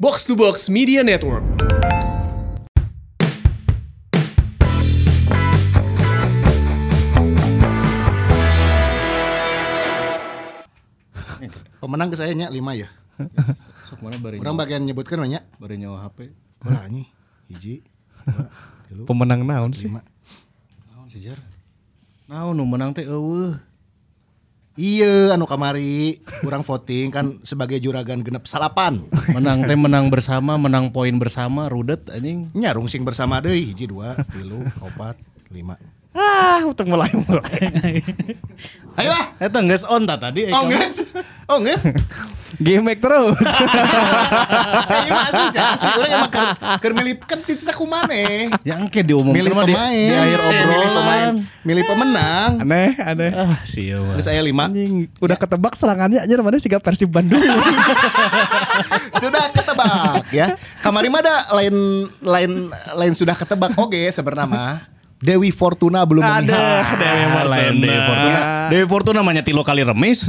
Box to Box Media Network. Pemenang ke saya nya 5 ya. Sok mana bari Orang bagian nyebutkan banyak. bari nyawa HP. Kulah anjing. Hiji. dua, tilu, Pemenang naon sih? lima. Naon sejar? Naon nu menang teh eueuh. Iya anu kamari Orang voting kan sebagai juragan genep salapan Menang teh menang bersama, menang poin bersama, rudet anjing. Nya rungsing bersama deui hiji dua tilu opat lima Ah, utang mulai mulai. Ayo ah Eta Eh, geus on ta tadi eh, Oh nges Oh nges Game back terus. Ayo mah asus ya Asli orang emang keur keur milih kan titik aku mana Yang ke Ya, diumumkan Milih mah di, pemain di Eh, akhir Milih pemain obrolan. Milih pemenang aneh, aneh. Ah, sieu Terus saya lima Anjing, udah ketebak serangannya aja namanya Siga Persib Bandung. sudah ketebak ya. Kamari mah ada lain lain lain sudah ketebak oke sebenarnya mah. Dewi Fortuna belum Ada, memihak. Dewi Ah, Lain Dewi Fortuna. Dewi Fortuna namanya tilo kali remis.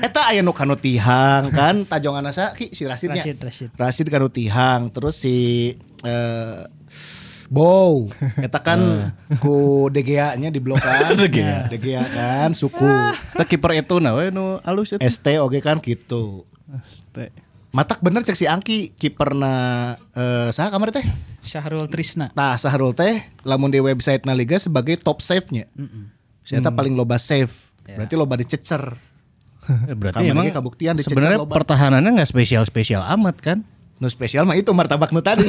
Eta aya nu kanu tihang kan tajong anasa ki si Rasidnya. Rashid, Rashid. Rasid kanu tihang terus si eh Bow, eta kan ku DGA-nya diblokan. DGA. DGA kan suku Teu kiper itu nah we nu alus eta. ST oge kan gitu. Matak bener cek si Angki kiperna eh saha kamari teh? Syahrul Trisna. Nah, Sahrul teh lamun di website na liga sebagai top save-nya. Si eta paling loba save. Berarti loba dicecer. Eh, Berarti Kamarnya emang kabuktian dicecer sebenarnya loba. pertahanannya nggak spesial-spesial amat kan? Nu spesial mah itu martabak nu tadi.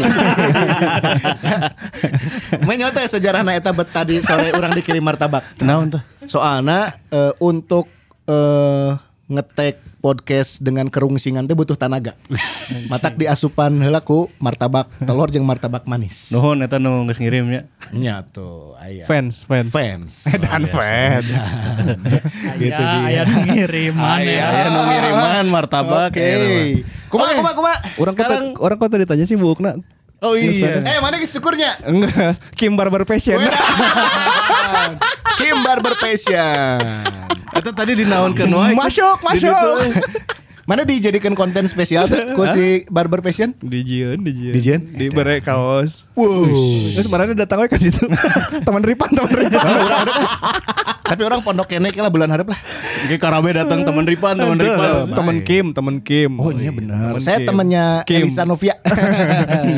Mainnya teh sejarah na eta bet tadi sore orang dikirim martabak. Naon tuh? Soalnya eh, untuk eh, ngetek podcast dengan kerungsingan teh butuh tenaga. Matak diasupan heula ku martabak telur jeung martabak manis. Nuhun eta nu geus ngirimnya. Nya tuh aya. Ya. Fans, fans. Fans. Oh, iya, Dan fans. Gitu dia. Ayah, ayah ngiriman ya. Aya Iya, nu ngiriman martabak Iya. iya, Oke. eta mah. Kumaha kumaha kumaha. Orang Sekarang, Sekarang- orang kok tadi ditanya sih Bu Ukna. Oh iya. Eh mana geus syukurnya? Enggak, Kim Barber Fashion. Kim Barber Passion. Eta tadi dinaonkeun wae. Masuk, masuk. Mana dijadikan konten spesial tuh ku si Barber Passion? Di Jion, di Jion. Di Jion? Di bare kaos. Wush. Terus kemarin datang wae kan itu. Teman Ripan, teman Ripan. Tapi orang pondok kene lah bulan harap lah. Oke Karabe datang teman Ripan, teman Aduh, Ripan. teman Kim, teman Kim. Oh iya benar. teman Saya Kim. temannya Kim. Elisa Novia.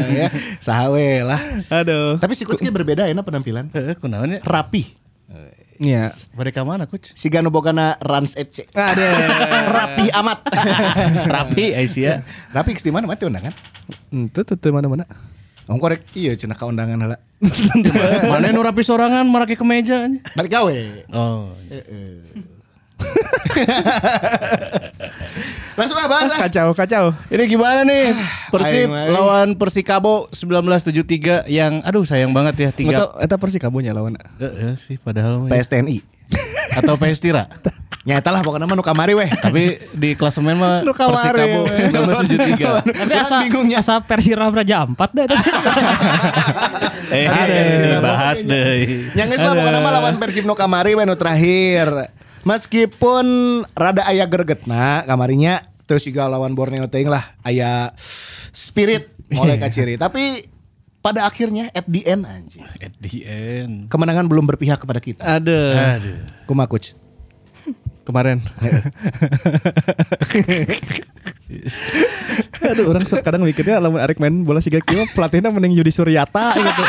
ya, sahawe lah. Aduh. Tapi si Kucki berbeda ya na penampilan. Heeh, kunaon ya? Rapi. Iya. Bade ka mana, Coach? Si Ganu Bogana Rans FC. Rapi amat. Rapi Aisyah. Rapi ke mana mati undangan? Itu Hmm, tuh tuh mana-mana. Ong korek iya cenah ka undangan heula. Mana nu rapi sorangan marake ke meja anjing. Balik gawe. Oh. Langsung ah bahas ah. Kacau, kacau. Ini Eh, gimana nih? Aing, Persib aing. lawan Persikabo 1973 yang aduh sayang banget ya tiga. Nggak tahu, eta Persik kabonya lawan. Heeh sih padahal mah ya. PSTNI. atau PS Tira. Nyata lah pokoknya mah nu kamari weh. Tapi di klasemen mah Lu kemarin. Persikabo 1973. Tapi asa, asa Persirah Raja Ampat deh. eh, Ada. ada bahas deh. Yang geus lah pokoknya mah lawan Persib nu kamari weh nu terakhir. Meskipun rada aya gregetna kamarinya terus juga lawan Borneo teuing lah aya spirit oleh kaciri. Tapi pada akhirnya at the end anjing. At the end. Kemenangan belum berpihak kepada kita. Ada. Aduh. Kumaha coach? Kemarin. Aduh, orang suka kadang mikirnya lamun arek main bola siga kieu mah pelatihna mending Yudi Suryata gitu.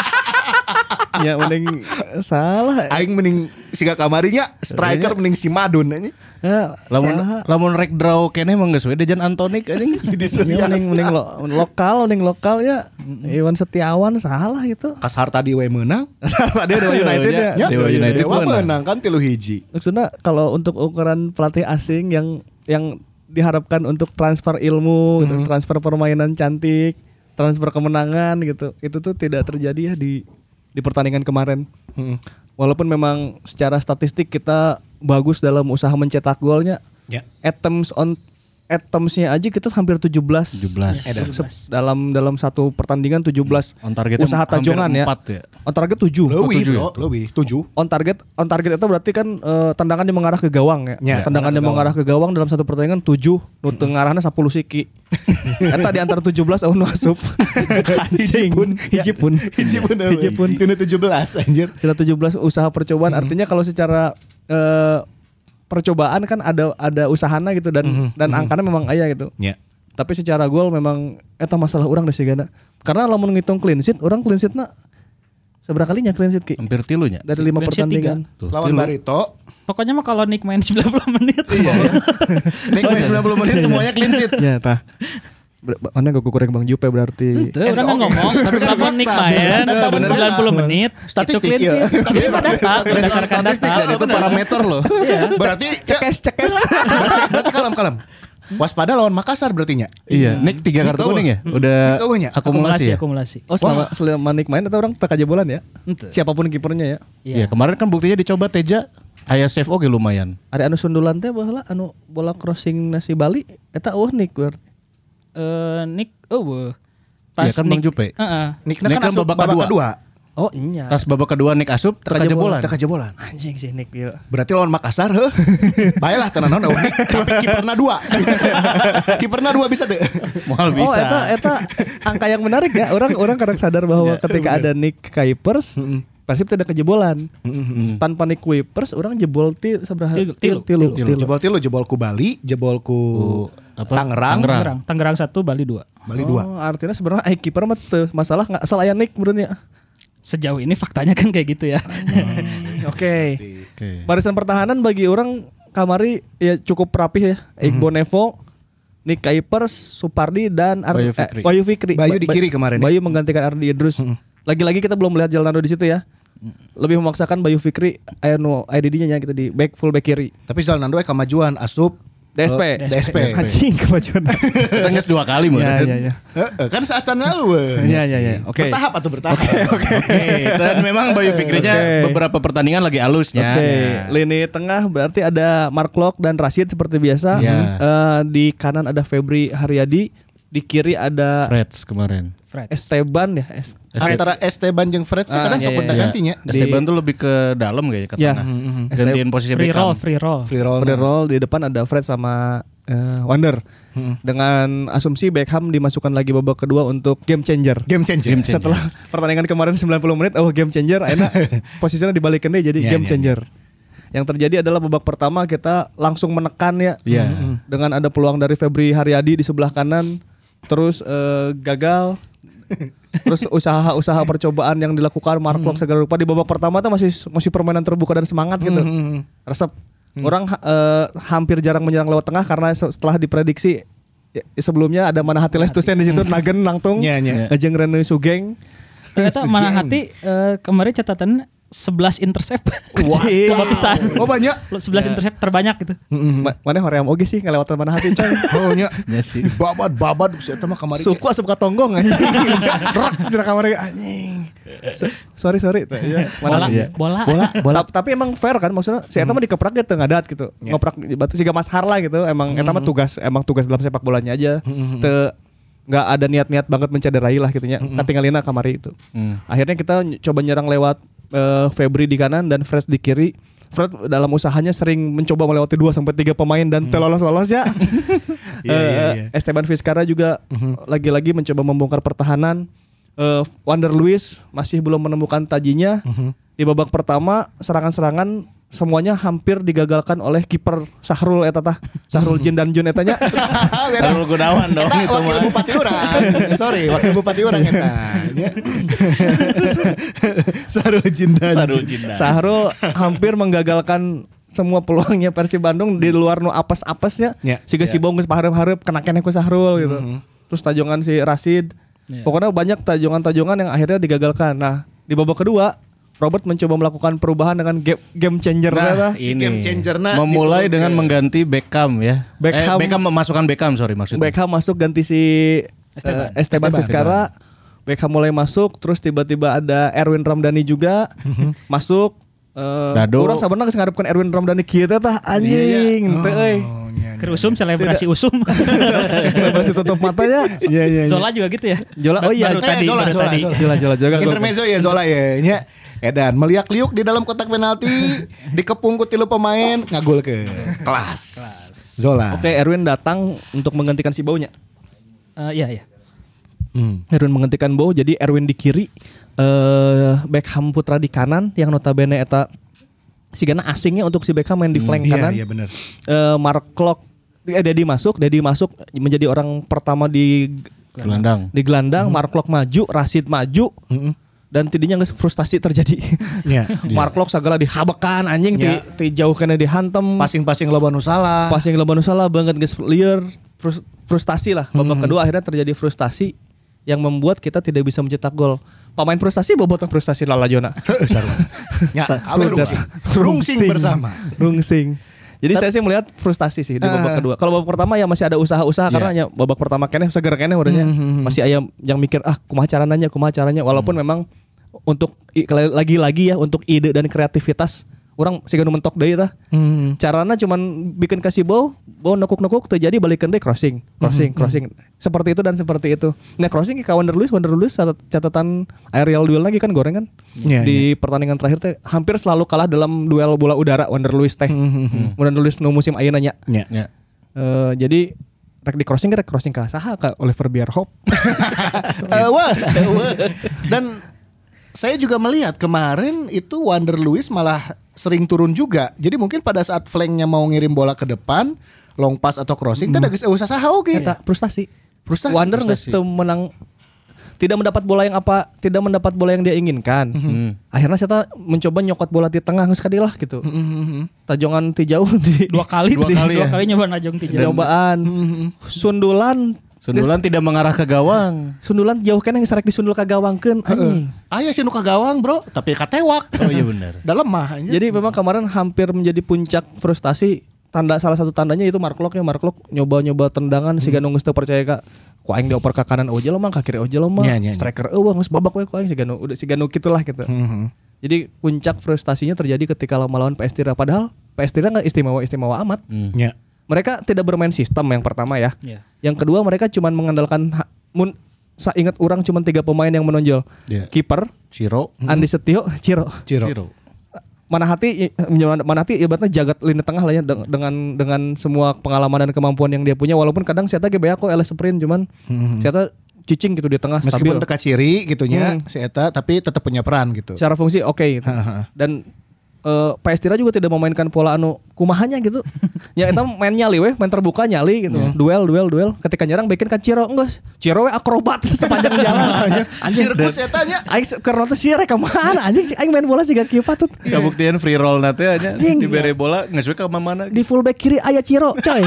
ya mending salah. Aing mending siga kamarinya striker mending si Madun anjing. Ya, Lamun salah. lamun rek draw kene emang geus we Dejan Antonik anjing. Ya, mending mending lo, lokal, mending lokal ya. Iwan Setiawan salah gitu. Kasar tadi we menang. Dia Dewa United ya. Ya, Dewa United nah. Dewa menang. menang kan tilu hiji. Maksudnya kalau untuk ukuran pelatih asing yang yang diharapkan untuk transfer ilmu, Hmm. gitu, transfer permainan cantik, transfer kemenangan gitu, itu tuh tidak terjadi ya di di pertandingan kemarin. Hmm. Walaupun memang secara statistik kita bagus dalam usaha mencetak golnya, Ya. attempts on atoms-nya aja kita hampir 17. 17. Se- se- dalam dalam satu pertandingan 17. Hmm. On targetnya usaha hampir tajongan ya. empat ya. On target 7. Lebih, tujuh ya? bro, lebih tujuh. on target on target itu berarti kan eh, tendangannya mengarah ke gawang ya. Ya, tendangannya mengarah ke gawang dalam satu pertandingan 7 nu teu ngarahna 10 siki. Eta di antara 17 eueuh nu asup. Anjing. Hiji pun. Hiji pun, Hiji pun. Tina 17 anjir. Kira 17 usaha percobaan artinya kalau secara eh, percobaan kan ada ada usahana gitu dan dan angkanya memang aya gitu. Ya. Tapi secara gol memang eta masalah orang deh sigana. Karena lamun ngitung clean sheet, orang clean sheetna seberapa kalinya clean sheet Ki? Hampir tilunya. Dari 5 Clean sheet tiga. pertandingan. Tuh, Lawan tilu. Barito. Pokoknya mah kalau Nick main 90 menit. Nih main 90 menit semuanya clean sheet. ya tah Ber- ba- mana gue goreng bang Jupe berarti Itu orang kan ngomong, tapi kalau Nick main Bener, bener. 90 menit, Statistik, itu clean iya. sheet. Statistik. Itu data, berdasarkan Statistik dan data. itu parameter loh. Berarti cekes cekes berarti kalem kalem. Waspada lawan Makassar berartinya. Iya, Nick tiga kartu Tahu. kuning ya. Udah Tahu ya? Akumulasi, akumulasi ya. akumulasi. oh selama selama Nick main atau orang tak aja bolan ya Ente. siapapun kipernya ya Iya, kemarin kan buktinya dicoba Teja aya save oge lumayan. ada anu sundulan teh bola anu bola crossing nasi Bali eta eueuh Nick gue Eh, Nick, oh weh. Iya kan Bang Jupe. Heeh. Nikna Nikna kan asup babak babak kedua. kedua. oh iya Tas babak kedua Nick asup terkaja bola. Teka jebolan. anjing sih Nick ya Berarti lawan Makassar heh. Baiklah tenan naon eunik. Tapi kiperna dua. Bisa teu? Kiperna dua bisa tuh. Moal Oh, bisa. eta eta angka yang menarik ya. Orang orang kadang sadar bahwa ketika ada Nick Kuipers, Persib tidak kejebolan. Tanpa Nick Kuipers, orang jebol ti seberapa? Tilu, Tilu, tilu, tilu, tilu. tilu. Iya Jebol tilu jebol ku Bali, jebol ku Gitu. apa? Tangerang, Tangerang. Tangerang, Tangerang 1, Bali 2. Bali dua. Oh, artinya sebenarnya eh kiper mah teu masalah nggak asal aya Nick sebenarnya. Sejauh ini faktanya kan kayak gitu ya. Oke. Oke. Barisan pertahanan bagi orang Kamari ya cukup rapih ya. Mhm. Iqbal Nevo, Nick Kuipers, Supardi dan Ar- Bayu eh, Fikri. Bayu Fikri. Bayu di Ba- kiri kemarin ya. Mhm. Bayu menggantikan Ardi Idrus. Lagi-lagi kita belum melihat Jalnado di situ ya. Lebih memaksakan Bayu Fikri Ayano IDD-nya ya gitu di back full back kiri. Tapi soal Nando eh kemajuan asup DSP. eh, DSP. Anjing kemajuan. Kita nges dua kali meureun. Ya ya ya. Heeh, kan saat sana eueuh. Ya ya ya. Oke. Bertahap atau bertahap. Oke, dan memang Bayu Fikrinya Oke. beberapa pertandingan lagi Oke, alusnya. lini tengah berarti ada Mark Lok dan Rashid seperti biasa. Ya. Eh, di kanan ada Febri Haryadi, di kiri ada Freds Nah, kemarin. Fred. Esteban ya. Es- Antara Esteban jeung Fred sih kadang Ah, sok iya, iya, gonta iya. gantinya. Di- Esteban tuh lebih ke dalam kayak ke Ya. tengah. Mhm. Gantiin posisi Free roll, Beckham. free roll. Free roll. Oh. Free roll di depan ada Fred sama eh, Wander. Dengan asumsi Beckham dimasukkan lagi babak kedua untuk game changer. Game changer. Game changer. Setelah pertandingan kemarin 90 menit, oh game changer, enak posisinya dibalikin deh jadi Ya, game ya, changer. Yang terjadi adalah babak pertama kita langsung menekan ya. Ya. Dengan ada peluang dari Febri Haryadi di sebelah kanan, terus eh, gagal. terus usaha-usaha percobaan yang dilakukan Mark Klok segala rupa di babak pertama tuh masih masih permainan terbuka dan semangat gitu. Resep. Orang ha- eh, hampir jarang menyerang lewat tengah karena se- setelah diprediksi ya, sebelumnya ada mana hati Lestusen di situ Nagen Langtung, Iya, iya. Ajeng Rene Sugeng. Ternyata mana hati eh, kemarin catatan 11 intercept. Wah. Coba pisan. Oh banyak. Lu 11 intercept terbanyak gitu. Ma- Mana hoream oge sih ngelewatan mana hati coy. Oh nya. Ya Iya sih. Babad babad si eta mah kamari. Suku asup ka tonggong anjing. Rak jeung kamar ge, anjing. So- sorry sorry. Tuh, iya. Bola, Mana- bola. Ta- tapi emang fair kan maksudnya si eta mah dikeprak gitu ngadat gitu. Ngeprak di batu siga Mas Harla gitu. Emang eta mah tugas emang tugas dalam sepak bolanya aja. Te nggak ada niat-niat banget mencederai lah gitu ya. Katingalina kamari itu. Akhirnya kita ny- coba nyerang lewat eh, Febri di kanan dan Fred di kiri. Fred dalam usahanya sering mencoba melewati 2 sampai 3 pemain dan telolos-lolos ya. Iya, iya, Mhm. Eh, Esteban Vizcarra juga lagi-lagi mencoba membongkar pertahanan. Eh, Wander Luis masih belum menemukan tajinya. Mhm. Di babak pertama serangan-serangan semuanya hampir digagalkan oleh kiper Sahrul eta tah. Sahrul Jin dan Jun etanya. Darul Gunawan dong Oh, Eta itu wakil mah. Nah, bupati orang. Sorry, wakil bupati orang eta. Nya. Sarul Jindan. Sarul Jindan. Sahrul hampir menggagalkan semua peluangnya Persib Bandung di luar nu apes-apesnya. Ya. Siga si Bong geus pahareup-hareup kena kene ku Sahrul gitu. Terus tajongan si Rasid. Pokoknya banyak tajongan-tajongan yang akhirnya digagalkan. Nah, di babak kedua Robert mencoba melakukan perubahan dengan game, game changer Nah, Si ini game changerna memulai diturunkan. dengan mengganti Beckham ya. Beckham. eh, Beckham memasukkan Beckham sorry maksudnya. Beckham masuk ganti si Esteban. eh, Esteban, Vizcarra. Beckham mulai masuk, terus tiba-tiba ada Erwin Ramdhani juga masuk. Eh, Dado. Orang sabarna geus ngarepkeun Erwin Ramdhani kieu teh tah anjing teu euy. Iya, Keur usum selebrasi usum. Masih tutup ya? matanya. Iya iya. iya. Zola juga gitu ya. Jola oh iya Baru tadi, Eh, Zola, baru Zola, tadi. Zola. Jola Jola Jola. Intermezzo ya Zola ya. Nya. Edan meliak liuk di dalam kotak penalti dikepung ku tilu pemain ngagul ke kelas. Zola. Oke, Erwin datang untuk menggantikan si baunya. Eh, iya iya. Hmm. Erwin menggantikan Bow jadi Erwin di kiri eh Beckham Putra di kanan yang notabene eta si Gana asingnya untuk si Beckham main di flank Iya kanan. iya benar. Eh, Mark Klok eh Dedi masuk, Dedi masuk menjadi orang pertama di Gelandang. di gelandang, Hmm. Mark Klok maju, Rashid maju. Dan tidinya nggak frustasi terjadi. Iya. Mark Klok segala dihabekan anjing Ya. ti, ti jauh kena dihantem. Pasing-pasing loba nu salah. pas yang lawan salah banget guys liar frus- frustasi lah babak Hmm. kedua akhirnya terjadi frustasi yang membuat kita tidak bisa mencetak gol pemain frustasi bobotoh frustasi lala jona Heuh, sarua. Nya, awe Ya, rungsing. Rungsing bersama. rungsing jadi saya sih melihat frustasi sih di Ah. babak kedua. Kalau babak pertama ya masih ada usaha-usaha karena hanya babak pertama kene seger kene udahnya Hmm, masih ayam yang mikir ah kumaha caranya kumaha caranya walaupun Hmm. memang untuk i- lagi-lagi ya untuk ide dan kreativitas orang sih mentok deui tah. Hmm. Caranya cuman bikin kasih bow, bow nekuk-nekuk terjadi balikin deh crossing, Mhm, crossing, crossing. Seperti itu dan seperti itu. Nah crossing ke Wonder Lewis, Wonder Lewis catat- catatan aerial duel lagi kan goreng kan. Iya, Di pertandingan terakhir teh hampir selalu kalah dalam duel bola udara Wonder Lewis teh. Mhm, Wonder Lewis nu musim ayeuna nya. Nya. Ya. Eh, jadi rek di crossing rek crossing ke saha ke Oliver Bierhoff. Ewa, ewa. Eh, Dan saya juga melihat kemarin itu Wander Lewis malah sering turun juga. Jadi mungkin pada saat flanknya mau ngirim bola ke depan, long pass atau crossing, tidak geus eueuh saha oge. Eta frustasi. Frustasi, Wonder geus frustasi. teu menang tidak mendapat bola yang apa tidak mendapat bola yang dia inginkan. Hmm. Akhirnya saya mencoba nyokot bola di tengah geus kadilah gitu. Tajongan ti jauh di Dua kali Dua dua kali, kali dua ya? kali nyoba najong di tiga. cobaan. Sundulan Sundulan tidak mengarah ke gawang. sundulan jauh kan yang sarek disundul ka gawangkeun anjing. Aya sih nu Iya. kagawang, Bro, tapi katewak. Oh iya benar. Udah lemah anjir. Jadi memang kemarin hampir menjadi puncak frustasi tanda salah satu tandanya itu Mark Locke ya Mark Locke nyoba-nyoba tendangan si Ganung geus teu percaya ka ku aing dioper ke kanan oje lomang ka kiri oje lomang Nya, nya, nya. striker "Eh, eueuh geus babak we ku aing si Ganung udah si Ganung kitulah gitu. Mhm. Jadi puncak frustasinya terjadi ketika melawan PS Tira padahal PS Tira enggak istimewa-istimewa amat. Hmm. Nya. Mereka tidak bermain sistem yang pertama ya. Iya. Yang kedua mereka cuman mengandalkan ha- mun saya ingat orang cuman tiga pemain yang menonjol. Iya. Kiper, Ciro. Andi Setio, Ciro Ciro. mana hati mana hati ibaratnya jagat lini tengah lah ya deng- dengan dengan semua pengalaman dan kemampuan yang dia punya walaupun kadang saya GBA kok LS sprint cuman saya cicing gitu di tengah Meskipun stabil teka ciri gitu nya, Hmm. si eta tapi tetap punya peran gitu. secara fungsi oke gitu. dan eh PS Tira juga tidak memainkan pola anu kumahanya gitu ya itu main nyali weh main terbuka nyali gitu duel duel duel ketika nyerang bikin kan Ciro enggak Ciro weh akrobat sepanjang jalan anjir Sirkus eta nya. Aing karena tuh sih rek kemana anjing aing main bola sih gak kieu patut Kabuktian free roll nanti aja Anjing. diberi bola nggak suka ke mana di fullback kiri ayah Ciro coy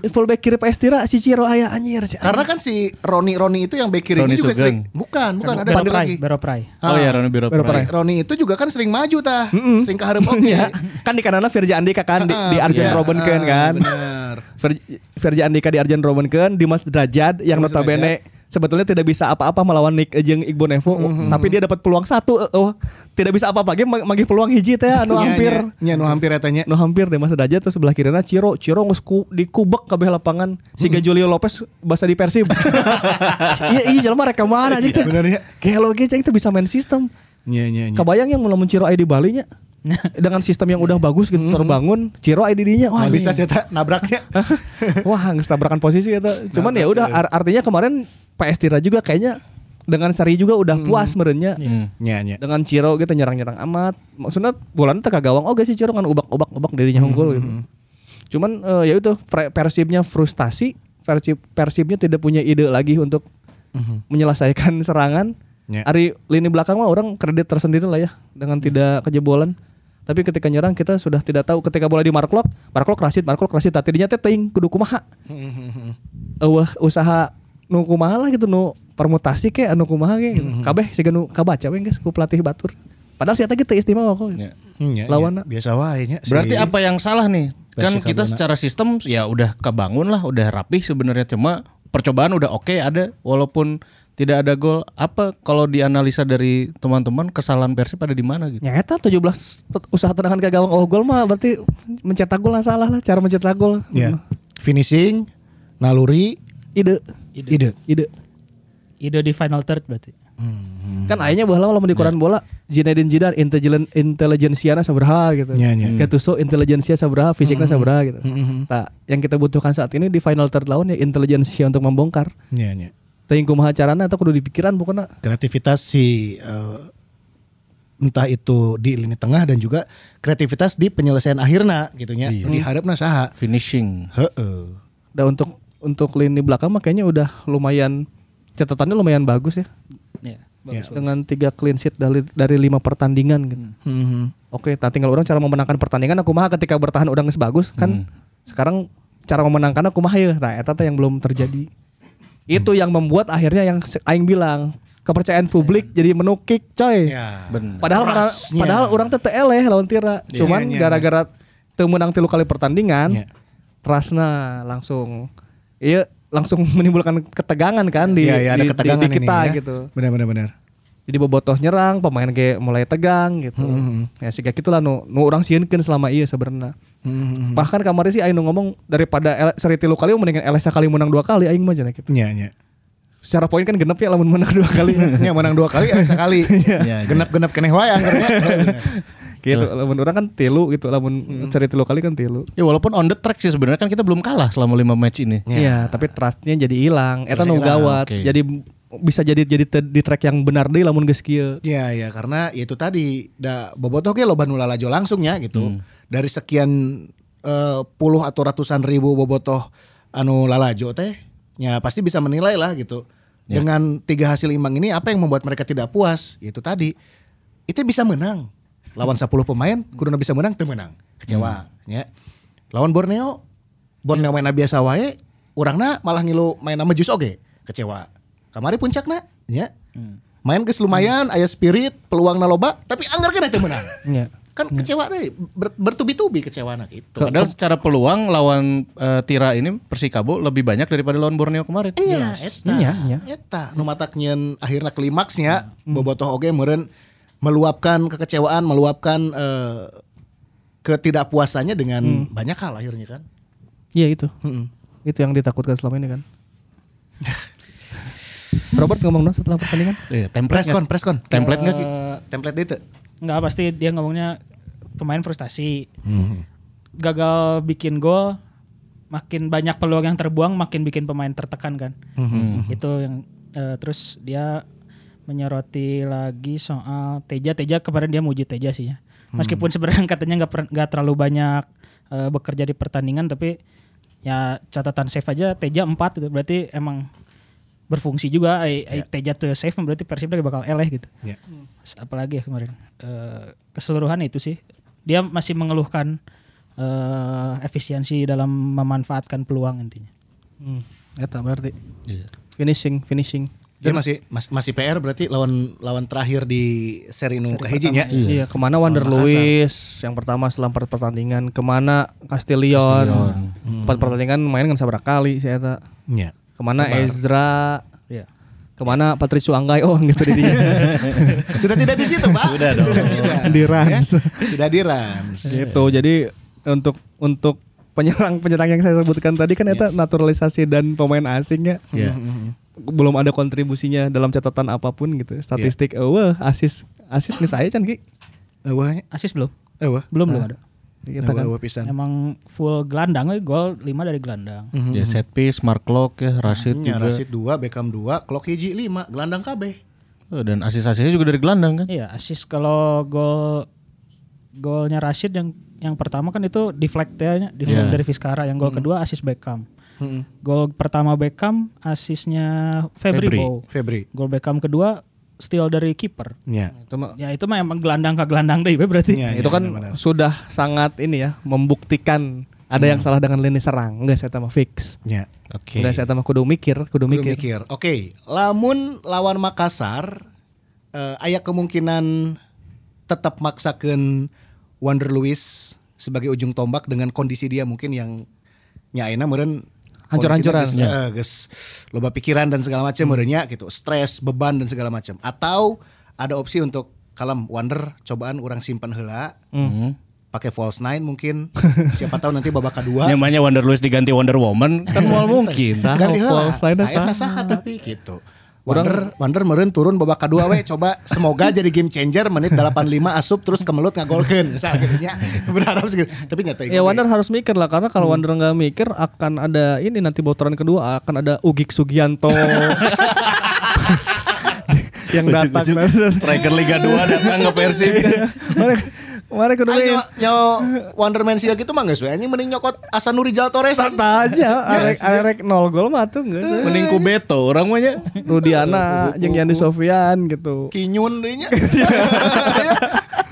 di fullback kiri PS Tira si Ciro ayah anjir si Karena kan si Roni Roni itu yang back kirinya Roni juga Sugeng. sering. Bukan, bukan ada Bero satu Prai, lagi. Bero Prai. Ah. Oh ya Roni Biro. Biro Si Prai. Roni itu juga kan sering maju tah, sering ke hareup oge. ya kan di kanannya Virja Andika kan di, di Ah, iya. Arjen Robben Ah, kan kan benar. Vir- Virja Andika di Arjen Robben kan Dimas Derajat yang Dimas notabene sebetulnya tidak bisa apa-apa melawan Nick jeung Igbo Nevo Mm-hmm. tapi dia dapat peluang satu eh, oh, tidak bisa apa-apa ge mag- magi peluang hiji teh anu Nya, hampir nya, nya, nu hampir etanya. nu Eh, hampir Dimas Derajat terus sebelah kirinya Ciro Ciro ngus ku, dikubek kabeh lapangan Hmm. siga Julio Lopez basa di Persib iya iya jelema rek ka mana anjing teh Bener Iya. ya. Kayak lo ge, ceng tuh bisa main sistem. Nya nya nya. Kebayang yang mulai Ciro ID Bali nya dengan sistem yang udah bagus gitu terbangun Ciro ID-nya wah Nah, iya. Hmm. bisa sih anjing. tak nabraknya. wah nggak tabrakan posisi itu cuman ya udah ar- artinya kemarin PS Tira juga kayaknya dengan Sari juga udah Hmm. puas merenya Nya nya. dengan Ciro gitu nyerang-nyerang amat maksudnya bolanya teka gawang oke sih Ciro kan ubak-ubak-ubak dirinya unggul gitu cuman eh, ya itu pre- persibnya frustasi persib persibnya tidak punya ide lagi untuk menyelesaikan serangan Ya. Hmm. Ari lini belakang mah orang kredit tersendiri lah ya dengan tidak kejebolan tapi ketika nyerang kita sudah tidak tahu ketika bola di Marklock Marklock Rashid Marklock Rashid tadi dinya teh teuing kudu kumaha eueuh usaha nu kumaha lah gitu nu permutasi ke anu kumaha ke gitu. Hmm. kabeh siga nu kabaca we geus ku pelatih batur padahal si eta ge teu istimewa kok gitu. Ya. Nya, Lawan, nya. biasa wae nya. si- Berarti apa yang salah nih? Kan Persikabo, kita secara sistem ya udah kebangun lah, udah rapih sebenarnya cuma percobaan udah oke ada walaupun tidak ada gol apa kalau dianalisa dari teman-teman kesalahan Persib ada di mana gitu. Nyata 17 te- usaha tendangan ke gawang oh gol mah berarti mencetak gol lah salah lah cara mencetak gol. Ya. Finishing, naluri, Ide. Ide. ide. Ide. Ide di final third berarti. Iya, Kan ayahnya bahwa lama di koran bola Zinedine Zidane intelijen intelijensiana sabraha gitu. Iya, Mm-hmm. iya. Gattuso intelijensia sabraha, fisiknya sabraha gitu. Nah, yang kita butuhkan saat ini di final third lawan ya intelijensia untuk membongkar. Ya, ya. Teuing kumaha carana atau kudu dipikiran pokoknya. Kreativitas si eh, entah itu di lini tengah dan juga kreativitas di penyelesaian akhirna gitunya. Iya. Di harapna saha. Finishing. Heeh. Nah, untuk untuk lini belakang makanya udah lumayan catatannya lumayan bagus ya. Iya. Ya. bagus, dengan tiga clean sheet dari dari lima pertandingan gitu. Mhm. Oke, tak tinggal orang cara memenangkan pertandingan aku mah ketika bertahan udah geus bagus kan. Sekarang cara memenangkan aku mah ya. Nah, eta teh yang belum terjadi. Itu yang membuat akhirnya yang se- aing bilang kepercayaan publik jadi menukik, coy. Ya. Benar. Padahal orang, Kerasnya. padahal orang teh teu eleh lawan Tira. Cuman Iya, iya, gara-gara teu menang tilu kali Iya. pertandingan, Trasna langsung iya langsung menimbulkan ketegangan kan di, Iya, iya, ada di- di- ketegangan di kita ini ya. gitu. Benar benar benar. Jadi bobotoh nyerang, pemain kayak mulai tegang gitu. Ya sih kayak gitulah nu nu orang sieunkeun selama iya sebenarnya. Mhm. Bahkan kemarin sih aing nu ngomong daripada ele- seri tilu kali mendingan LSA kali menang dua kali aing mah cenah gitu. Ya, ya. Secara poin kan genep ya lamun menang dua kali. Ya menang dua kali, ya sekali. Iya, iya. Genap-genap keneh wayang. akhirnya. gitu lamun orang kan tilu gitu lamun seri tilu kali kan tilu. Ya walaupun on the track sih sebenarnya kan kita belum kalah selama lima match ini. Iya, tapi trustnya jadi hilang. Eta Trustnya nu hilang, gawat. oke. Jadi m- bisa jadi jadi te- di track yang benar deh lamun geus kieu. Ya ya karena ya itu tadi da bobotoh ge loba nu lalajo langsung ya gitu. Dari sekian eh, puluh atau ratusan ribu bobotoh anu lalajo teh ya pasti bisa menilai lah gitu. Dengan tiga hasil imbang ini apa yang membuat mereka tidak puas? Ya Itu tadi itu bisa menang. Lawan 10 pemain kuduna bisa menang teu menang. Kecewa ya. Lawan Borneo Borneo mainna biasa wae urangna malah ngilu main sama jus oge kecewa. Kamari puncakna ya. Main geus lumayan aya spirit peluang loba tapi anggar kena teu menang. Iya. kan kecewa deh ber- bertubi-tubi kecewana gitu. Padahal secara peluang lawan eh, Tira ini Persikabo lebih banyak daripada lawan Borneo kemarin. Iya, eta. Iya, iya. Eta nu matak nyeun akhirna klimaksnya bobotoh oge meureun meluapkan kekecewaan, meluapkan eh, ketidakpuasannya dengan banyak hal akhirnya kan. Hmm. Iya itu. Mm-mm. Itu yang ditakutkan selama ini kan. Robert ngomong dong setelah pertandingan. Iya, template Preskon, preskon. Template nggak? Ki? Eh, Template itu. Nggak pasti dia ngomongnya pemain frustasi. Gagal bikin gol, makin banyak peluang yang terbuang, makin bikin pemain tertekan kan. Itu yang eh, terus dia menyoroti lagi soal Teja. Teja kemarin dia muji Teja sih ya. Meskipun sebenarnya katanya nggak per- nggak terlalu banyak eh, bekerja di pertandingan, tapi ya catatan save aja Teja 4 itu berarti emang berfungsi juga. Ai- ai Teja tuh save berarti Persib lagi bakal eleh gitu Ya. s- apalagi ya kemarin Eh, keseluruhan itu sih dia masih mengeluhkan eh, efisiensi dalam memanfaatkan peluang intinya Hmm. Eta berarti Iya. finishing finishing. Dia Iya, masih mas- masih PR berarti lawan lawan terakhir di seri ya? nu kehijinya. Iya, kemana Wander Lewis yang pertama setelah empat pertandingan, kemana Castillion, empat pertandingan main kan sabrak kali si Eta, Iya. kemana Ezra, Iya. kemana Patricio Anggai, oh gitu di dia. Sudah tidak di situ, Pak. Sudah dong. Sudah, Di Rans. Ya, Sudah di Rans. gitu, jadi untuk untuk penyerang penyerang yang saya sebutkan tadi kan Eta naturalisasi dan pemain asingnya belum ada kontribusinya dalam catatan apapun gitu, statistik, eh, wah asis asis nggak saya kan ki, Eueuh. asis belum Eueuh. belum belum ada Kita kan. Eueuh Eh, pisan. emang full gelandang we, gol 5 dari gelandang Mhm. Ya set piece, Mark Locke ya, Rashid Ya, juga. Rashid 2, Beckham 2, Klok hiji 5, gelandang kabeh. Oh, dan asis-asisnya juga dari gelandang kan? iya asis kalau gol golnya Rashid yang yang pertama kan itu deflect ya deflect dari Vizcara yang gol kedua asis Beckham gol pertama Beckham asisnya Febri, Febri. Bow. Febri. gol Beckham kedua steal dari kiper Ya. Itu mah Ya itu mah emang gelandang ke gelandang deh Be, berarti. Ya, itu ya, kan benar-benar. sudah sangat ini ya membuktikan ada yang salah dengan lini serang enggak saya tambah fix Ya. Oke. enggak saya tambah kudu mikir kudu Kudu mikir mikir. Oke, lamun lawan Makassar eh, aya kemungkinan tetap maksakan Wander Lewis sebagai ujung tombak dengan kondisi dia mungkin yang nyaina meureun Hancur-hancuran. Ya. Hmm. Kondisinya geus, eh, geus loba pikiran dan segala macam merenya gitu, stres, beban dan segala macam. Atau ada opsi untuk kalem wonder cobaan orang simpan heula. Hmm. Pakai false nine mungkin. Siapa tahu nanti babak kedua. Namanya Wonder Lewis diganti Wonder Woman kan mual mungkin. Sah. Ganti heula. false nine-na Ayeuna saha Hmm. tapi gitu. Wonder, Wonder meureun turun babak kedua we coba semoga jadi game changer menit 85 asup terus kemelut ngagolkeun misal gitu nya. Berharap segitu. Tapi nyata Ya Wander harus mikir lah karena kalau Wander nggak mikir akan ada ini nanti bocoran kedua akan ada Ugik Sugianto yang datang. kan? Iya. Striker Liga 2 datang ke Persib. kan? Mari mari kedua Ayo nyo Wonderman sih gitu mah geus we anjing mending nyokot Asanuri Torres. aja arek arek nol gol mah tuh nggak sih. Mending Kubeto orang mah ya. nya. Rudiana jeung Yandi Sofian gitu. Kinyun deui nya. Iya.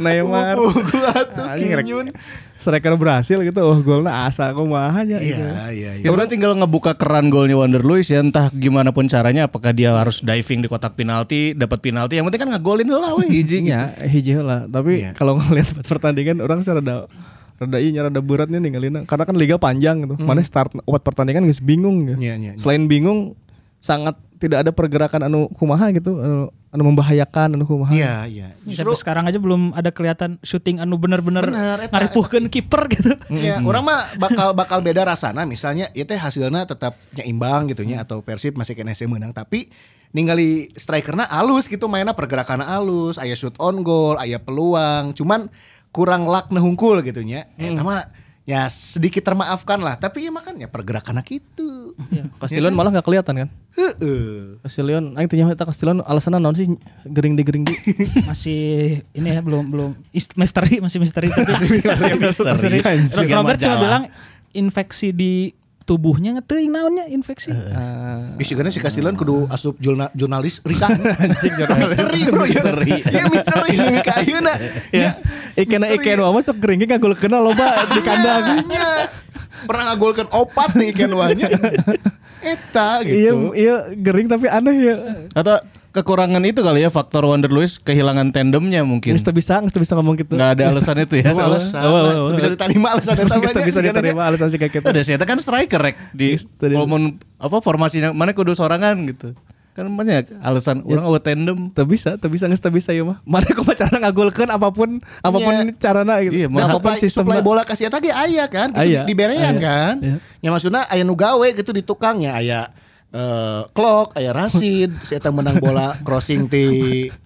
Neymar. Ugu atuh Anjing, rek- kinyun. Striker berhasil gitu. Oh, golnya asa kumaha nya. gitu. Iya iya iya. Ya udah tinggal ngebuka keran golnya Wonder Lewis ya entah gimana pun caranya apakah dia harus diving di kotak penalti, dapat penalti yang penting kan ngegolin dulu lah weh hiji gitu. Ya, hiji lah. Iya. Tapi kalau ngelihat pertandingan orang saya rada rada inya rada beratnya ninggalin karena kan liga panjang gitu. Mana start obat pertandingan geus bingung gitu. Hmm. Iya, iya, iya. Selain bingung sangat tidak ada pergerakan anu kumaha gitu, anu, anu membahayakan anu kumaha. Iya iya. Sampai sekarang aja belum ada kelihatan syuting anu bener-bener Bener, eta. ngarepuhkeun kiper gitu. Ya, orang mah bakal bakal beda rasana misalnya ieu teh hasilnya tetap imbang gitu nya atau Persib masih kena SM menang tapi ningali strikerna alus gitu mainnya pergerakan alus aya shoot on goal aya peluang cuman kurang luck nehungkul gitu nya eta mah ya sedikit termaafkan lah tapi ya makanya pergerakan gitu Ya. Castillion malah nggak kelihatan kan? heeh Castillion, aing tanya eta Castillion alasanna naon sih gering di gering di. masih ini ya belum belum ist- misteri masih misteri tapi misteri. misteri. Anjing, Robert majalah. cuma bilang infeksi di tubuhnya ngeteuing naonnya infeksi. Bisa karena si Castillan kudu asup jurna, jurnalis risah. misteri bro ya. Ya misteri ini kayuna. Ya, ikan misteri. ikan mah sok gering kan gol kena loba di kandang. Iya. Pernah ngagolkan opat nih ikan wanya. Eta Iya, gitu. iya gering tapi aneh ya. Atau kekurangan itu kali ya faktor Wonder Lewis kehilangan tandemnya mungkin. Nggak bisa, nggak bisa ngomong gitu. Nggak ada alasan itu ya. Bisa alasan. Iya, Bisa diterima alasan Nggak bisa, utamanya, bisa si Kananya. diterima alasan gitu. si kakek. Ada sih, itu kan striker rek di tadi. momen apa formasinya mana kudu sorangan gitu. Kan banyak alasan orang awet tandem. Tuh bisa, tuh bisa, nggak bisa ya mah. Mana kok pacaran ngagulkan apapun, apapun Iya. carana gitu. Iya, Nah, masa apapun supply, supply sistemnya. bola kasih tadi ayah kan gitu, Aya, di berean aya, kan iya. ya maksudnya ayah nugawe gitu di tukangnya ayah eh clock ayah Rashid si Eta menang bola crossing di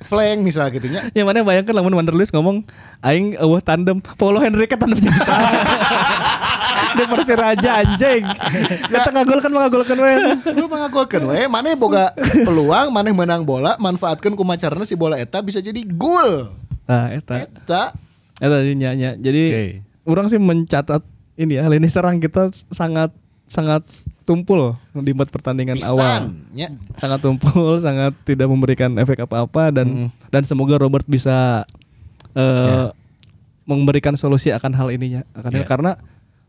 flank gitu misalnya gitunya Ya mana bayangkan lamun Wanderlust ngomong aing eueuh tandem Paulo Henrique tandem jeung bisa. Di Persiraja anjing. Eta ngagulkan ngagulkan we. lu mengagolkan we mana boga peluang mana menang bola manfaatkan kumacarna si bola eta bisa jadi gol Nah, eta. eta Eta sih nya, nya. Jadi Oke. orang sih mencatat ini ya lini serang kita sangat sangat tumpul di empat pertandingan awal. pisan nya sangat tumpul, sangat tidak memberikan efek apa-apa dan dan semoga Robert bisa eh, memberikan solusi akan hal ininya. Akan hal- karena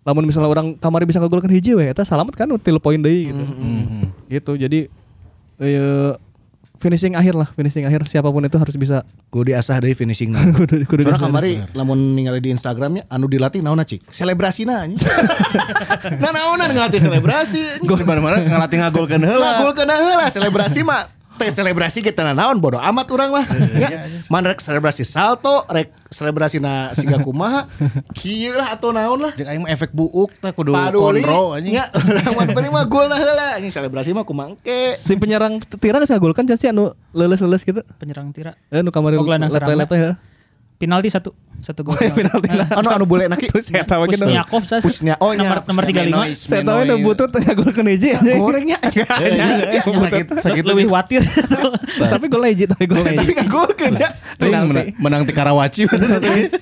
lamun misalnya orang kamari bisa ngegolkan hiji weh eta salamet kan tilu poin deui gitu. Gitu. Jadi eh, finishing akhir lah, finishing akhir siapapun itu harus bisa kudu diasah deui finishing Kudu- kudu Soalnya diasah. kamari lamun ningali di Instagramnya anu dilatih naon cik selebrasi nah nah naonan ngelatih selebrasi Gue di mana-mana ngelatih ngagolkan heula. Ngagul kena heula selebrasi mah teh selebrasi kita naon bodo amat urang lah ya man rek selebrasi salto rek selebrasi na siga kumaha kieu lah atau naon lah Jeung aing mah efek buuk tah kudu Paduli konro anjing. nya urang mah bari mah gol lah heula anjing selebrasi mah kumangke si penyerang Tira geus ngagolkan can sih anu leuleus-leuleus gitu. Nah, Penyerang tira. Eh nu kamari Oglan yang serang, letoy-letoy ya. Penalti satu satu gol. Oh, iya, Penalti lah. anu anu bule naki Tuh saya tahu gitu. Pusniakov saya sih. Pusnia- oh, nomor iya. nomor 35. Saya tahu itu butut ngagolkan hiji. gorengnya Ya, sakit sakit Lebih watir. Tapi gol hiji, tapi gol hiji. tapi ngagulkeun ya Tuh, iya, menang, menang ti Karawaci. iya.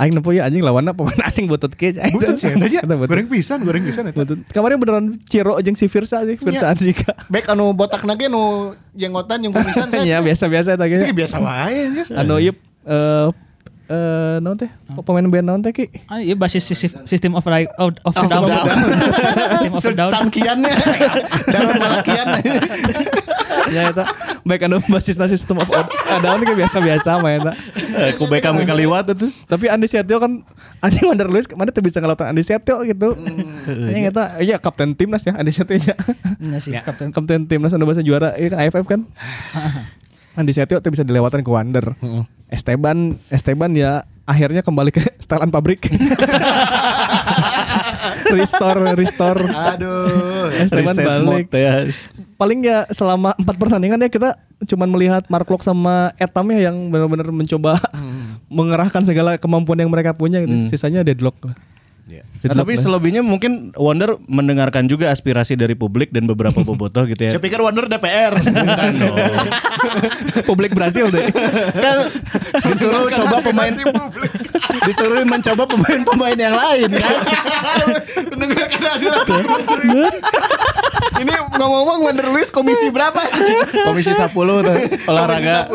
Aing nepo ya anjing lawanna pemain asing butut ke aing. butut sih eta nya Eta butut. goreng pisan goreng pisan eta Butut. Kemarin beneran Ciro jeung si Firsa sih, Iya. Firsa Andika. baik anu botak nage nu jenggotan jeung kumisan Iya, Ya saya biasa-biasa eta ge. Itu biasa wae anjir Anu ieu eh eh naon teh? Pemain band naon teh ki? Ah, iya basis sis- sistem of right of, of Of down. down. System of a down. Setan kiannya Dalam malakian Ya eta baik anu basisna sistem of a down ge biasa-biasa mainna. Aku baik kami kaliwat itu. Tapi Andi Setio kan anjing Wander Luis mana tuh bisa ngelautan Andi Setio gitu anjing itu iya kapten timnas ya Andi Setio ya Enggak Iya sih, kapten. kapten timnas anu bahasa juara iya kan AFF kan Andi Setio tuh bisa dilewatan ke Wander Esteban Esteban ya akhirnya kembali ke setelan pabrik restore restore Aduh. Esteban Reset balik mode ya. paling ya selama empat pertandingan ya kita cuman melihat Mark Locke sama Etam ya yang benar-benar mencoba mengerahkan segala kemampuan yang mereka punya gitu. Sisanya deadlock. Iya. Nah, tapi selebihnya mungkin Wonder mendengarkan juga aspirasi dari publik dan beberapa bobotoh gitu ya. Saya pikir Wonder DPR. Bukan dong. publik Brasil deh. kan disuruh coba pemain disuruh mencoba pemain-pemain yang lain kan. Mendengarkan hasil hasil publik. Ini ngomong-ngomong Wonder Luis komisi berapa? Komisi 10 tuh olahraga.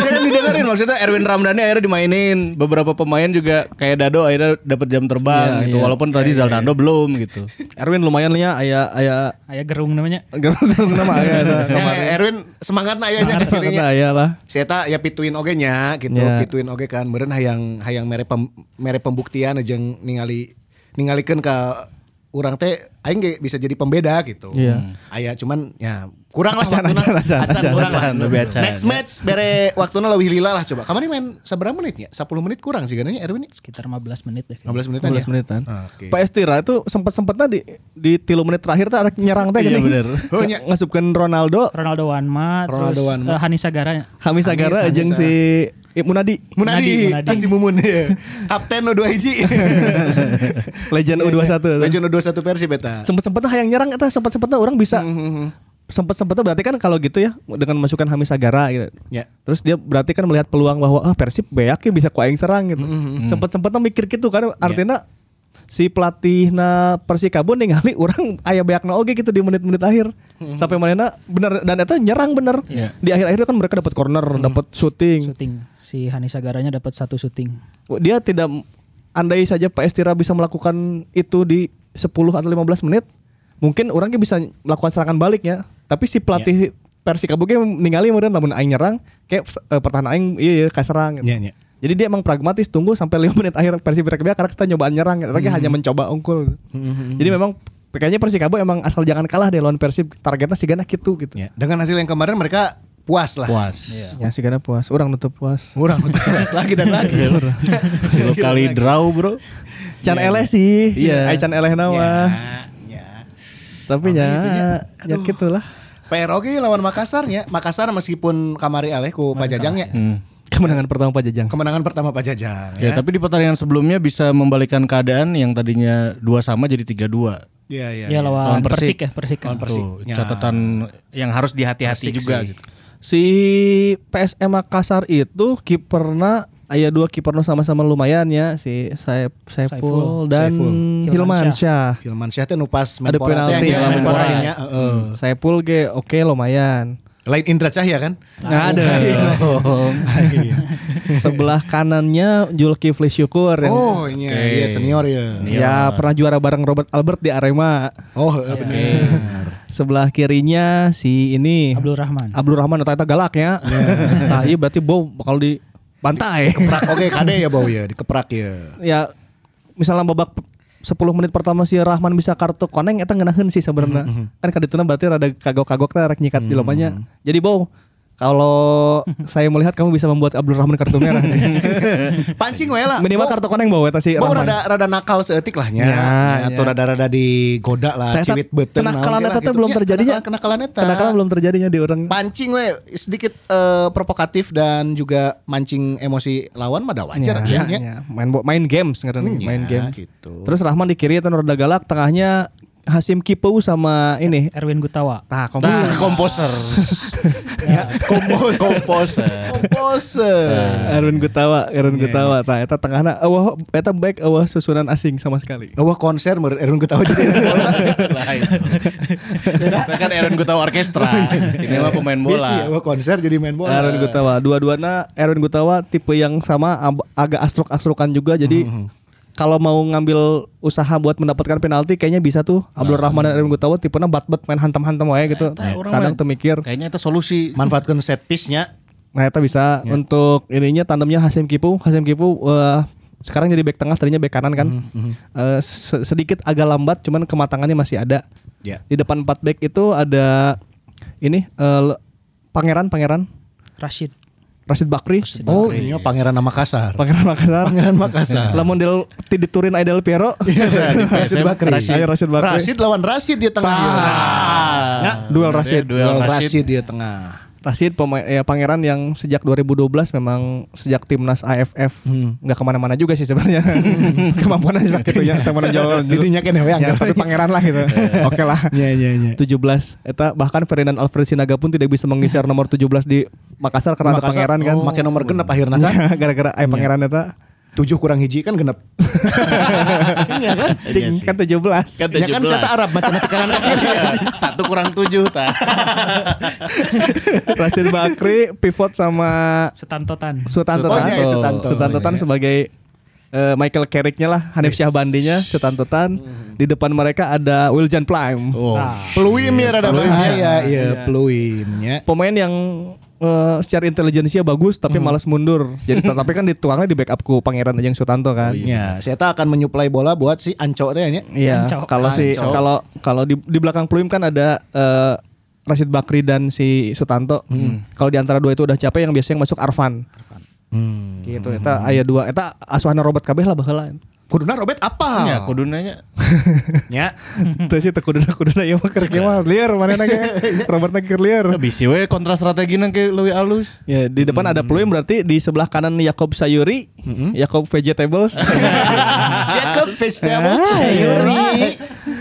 Dia kan didengerin maksudnya Erwin Ramdhani akhirnya dimainin. Beberapa pemain juga kayak Dado akhirnya dapat jam terbang gitu. Walaupun tadi Zaldando belum gitu. Erwin lumayan lah ya aya aya Aya gerung namanya. gerung nama aya nah, kemarin. Eh, Erwin semangat ya, na ayahnya Semangat kecirinya. na aya lah. Si Eta ya pituin oge nya gitu, Ya. pituin oge kan. Meureun hayang hayang mere pem, mere pembuktian aja ningali ningalikeun ka urang teh aing ge bisa jadi pembeda gitu. Iya. Aya cuman ya kurang lah Acan, waktuna. acan, acan, Acan, acan, kurang lah. acan, lebih acan. Next match bere waktuna leuwih lila lah coba. Kamari main seberapa menitnya? 10 menit kurang sih gananya Erwin. ini. Sekitar 15 menit deh. 15 menitan 15 ya. menitan. Oke. Pak Estira itu sempat sempatnya di di tilu menit terakhir tuh arek nyerang teh Iya, gitu. bener. Oh, nya. Ngasupkeun Ronaldo, Ronaldo Wanma, Ronaldo terus Wanma. eh, Hanis Sagara. Hamis Agara Hamis, Iya, jeung Hamisa. si Munadi. Munadi, Munadi, Munadi. Munadi. Mumun ya. Kapten U2 hiji. Legend U21. Legend U21 versi beta. Mhm, sempet sempetnya yang nyerang eta sempet sempetnya orang bisa Hmm. sempet sempetnya berarti kan kalau gitu ya dengan masukan Hamis Agara gitu Ya. terus dia berarti kan melihat peluang bahwa ah Persib beak ya bisa ku aing serang gitu sempet sempetnya mikir gitu kan artinya si pelatih na Persikabo ningali orang aya beakna oge gitu di menit-menit akhir sampai mana bener dan eta nyerang bener di akhir-akhir kan mereka dapat corner dapat shooting Shooting. Si Hanis Sagaranya dapat satu syuting. dia tidak andai saja Pak Estira bisa melakukan itu di 10 atau 15 menit mungkin orang ge bisa melakukan serangan baliknya tapi si pelatih Persikabo ge ningali kemudian lamun aing nyerang kayak eh, pertahanan aing iya iya kaserang gitu. Iya, iya. Jadi dia emang pragmatis tunggu sampai 5 menit akhir Persib berkebaya karena kita nyobaan nyerang tapi hanya mencoba unggul. Jadi memang kayaknya Persikabo emang asal jangan kalah deh lawan Persib targetnya si Gana gitu gitu. Ya. Dengan hasil yang kemarin mereka puas lah. Puas. Ya si Gana puas, orang nutup puas. Kurang puas lagi dan lagi. Dua Iya, kali draw, Bro. Can eleh sih. Iya. Ai can eleh ya, nawa. ya. Tapi nya ya gitulah. PR oke lawan Makassarnya. Makassar meskipun kamari aleh ku Pajajangnya. Kemenangan pertama Pak Jajang. Kemenangan pertama Pajajang Ya, tapi di pertandingan sebelumnya bisa membalikan keadaan yang tadinya dua sama jadi tiga dua. Iya, iya. Ya lawan Lawan Persik. Persik ya, Persik. kan. Tuh, catatan yang harus dihati-hati juga gitu. Si PSM Makassar itu kiperna aya dua kiper nu sama-sama lumayan ya si Saif, Saiful, Saiful. dan Saiful. Hilman Hilman Syah. Hilman Syah teh nupas Ada penalti, ya, lawan Hmm. Menpora. Saiful ge oke lumayan. Lain Indra Cahya kan? Ada. Iya. Sebelah kanannya Julkifli Syukur yang Oh, iya, iya senior ya. ya pernah juara bareng Robert Albert di Arema. Oh, benar. Sebelah kirinya si ini Abdul Rahman. Abdul Rahman eta galak ya. nah, iya berarti bom bakal di pantai. Keprak oke kade ya bau ya, dikeprak ya. ya misalnya babak pe- 10 menit pertama si Rahman bisa kartu koneng eta ngeunaheun sih sebenarnya. Hmm, Kan kadituna berarti rada kagok-kagok teh rek nyikat di lomanya. Jadi bau kalau saya melihat kamu bisa membuat Abdul Rahman kartu merah. Nah, Pancing wae lah. Oh. Minimal Bau- kartu koneng bau eta si Bau Iya, Rahman. rada rada nakal seetik lah nya. Ya, Atau ya. rada-rada digoda lah, Teh, Nah, eta ciwit beuteun. naon ge kenakalan lah eta teh gitu. belum Ya, terjadinya. Kenakalan kenakalan eta. Kenakalan belum terjadinya di orang. pancing we sedikit eh, provokatif dan juga mancing emosi lawan mah dah wajar ya, Ya, ya. ya. Main bo- main games ngerti Hmm, main ya, game. gitu. Terus Rahman di kiri itu rada galak, tengahnya Hasim Kipau sama ini. Erwin Gutawa. Tah, kompos. komposer. Ya, Kompos komposer. Oh, kompos. Erwin Gutawa, Erwin Iya, Gutawa. Tah, eta tengahna eueuh eta baik eueuh susunan asing sama sekali. Oh, Wah konser menurut Erwin Gutawa jadi Lain. Kita kan Aaron Gutawa Orkestra. Ini mah pemain Busy ya, bola. Ah, wah konser jadi main bola. Erwin Gutawa, dua-duana Erwin Gutawa tipe yang sama ab- agak astruk-astrukan juga jadi Hmm, kalau mau ngambil usaha buat mendapatkan penalti kayaknya bisa tuh Abdul Nah. Rahman dan Erwin Gutawa tipenya bat-bat main hantam-hantam wae gitu. Kadang temikir. Kayaknya itu solusi. Manfaatkan set piece nya. Ya. Nah, itu bisa untuk ininya tandemnya Hasim Kipu. Hasim Kipu eh, sekarang jadi back tengah tadinya back kanan Mhm, kan Eh, se- sedikit agak lambat cuman kematangannya masih ada Ya. di depan 4 back itu ada ini eh, Le- pangeran pangeran Rashid. Rashid Bakri Oh, ini mah pangeran Makassar. pangeran Makassar Pangeran Makassar. Iya, lamun del tiditurin Aidel Piero Rashid Bakri. Rashid. Ayo Rashid Bakri. Rashid lawan Rashid di tengah. Ya. duel Iya, Rashid Duel Lawan Rashid. Rashid di tengah. Rashid pemain ya, pangeran yang sejak 2012 memang sejak timnas AFF Hmm. nggak kemana-mana juga sih sebenarnya kemampuannya gitu Iya. ya teman jauh Didinya kene we ya, anggar. tapi pangeran lah gitu oke lah Ya ya ya. 17 Eta bahkan Ferdinand Alfred Sinaga pun tidak bisa menggeser nomor 17 di Makassar karena Makassar, ada pangeran kan oh, make nomor genep akhirnya kan. gara-gara ayah pangeran Eta Tujuh kurang hiji kan genep. Iya kan? Cing, kan 17 Kan Ya kan 17. saya Arab macam tekanan kaki. Satu kurang tujuh ta. Rashid Bakri pivot sama Setantotan. Sutanto kan? Oh, iya, iya, Sutanto. Sutantotan Iya. sebagai eh, Michael Carrick-nya lah, Hanif Syahbandinya, Sutantotan. Di depan mereka ada Wiljan Prime. Mm-hmm. Oh. Peluim ya rada bahaya. Iya, peluimnya. Pemain yang eh, secara intelijensia bagus Mm-hmm. tapi malas mundur. Jadi tapi kan dituangnya di backup ku Pangeran Ajeng Sutanto kan. Ya, saya akan menyuplai bola buat si Anco teh ya. nya. Iya, Ancok. kalau si Ancok. kalau kalau di, di belakang Pluim kan ada eh, Rashid Bakri dan si Sutanto. Mm-hmm. Kalau di antara dua itu udah capek yang biasanya yang masuk Arfan. Mm-hmm. Gitu. Eta aya dua. Eta asuhan Robert kabeh lah baheula. Kuduna Robert apa? Ya kudu nanya. Ya. Teu sih teu kuduna kuduna ieu mah keur kieu mah liar manehna ge. Robert na keur liar. Bisi we kontra strategina ke leuwih alus. Ya, di depan ada Pluim berarti di sebelah kanan Yakob Sayuri, Yakob Vegetables. Jacob Vegetables. Ah, iya. Yuri.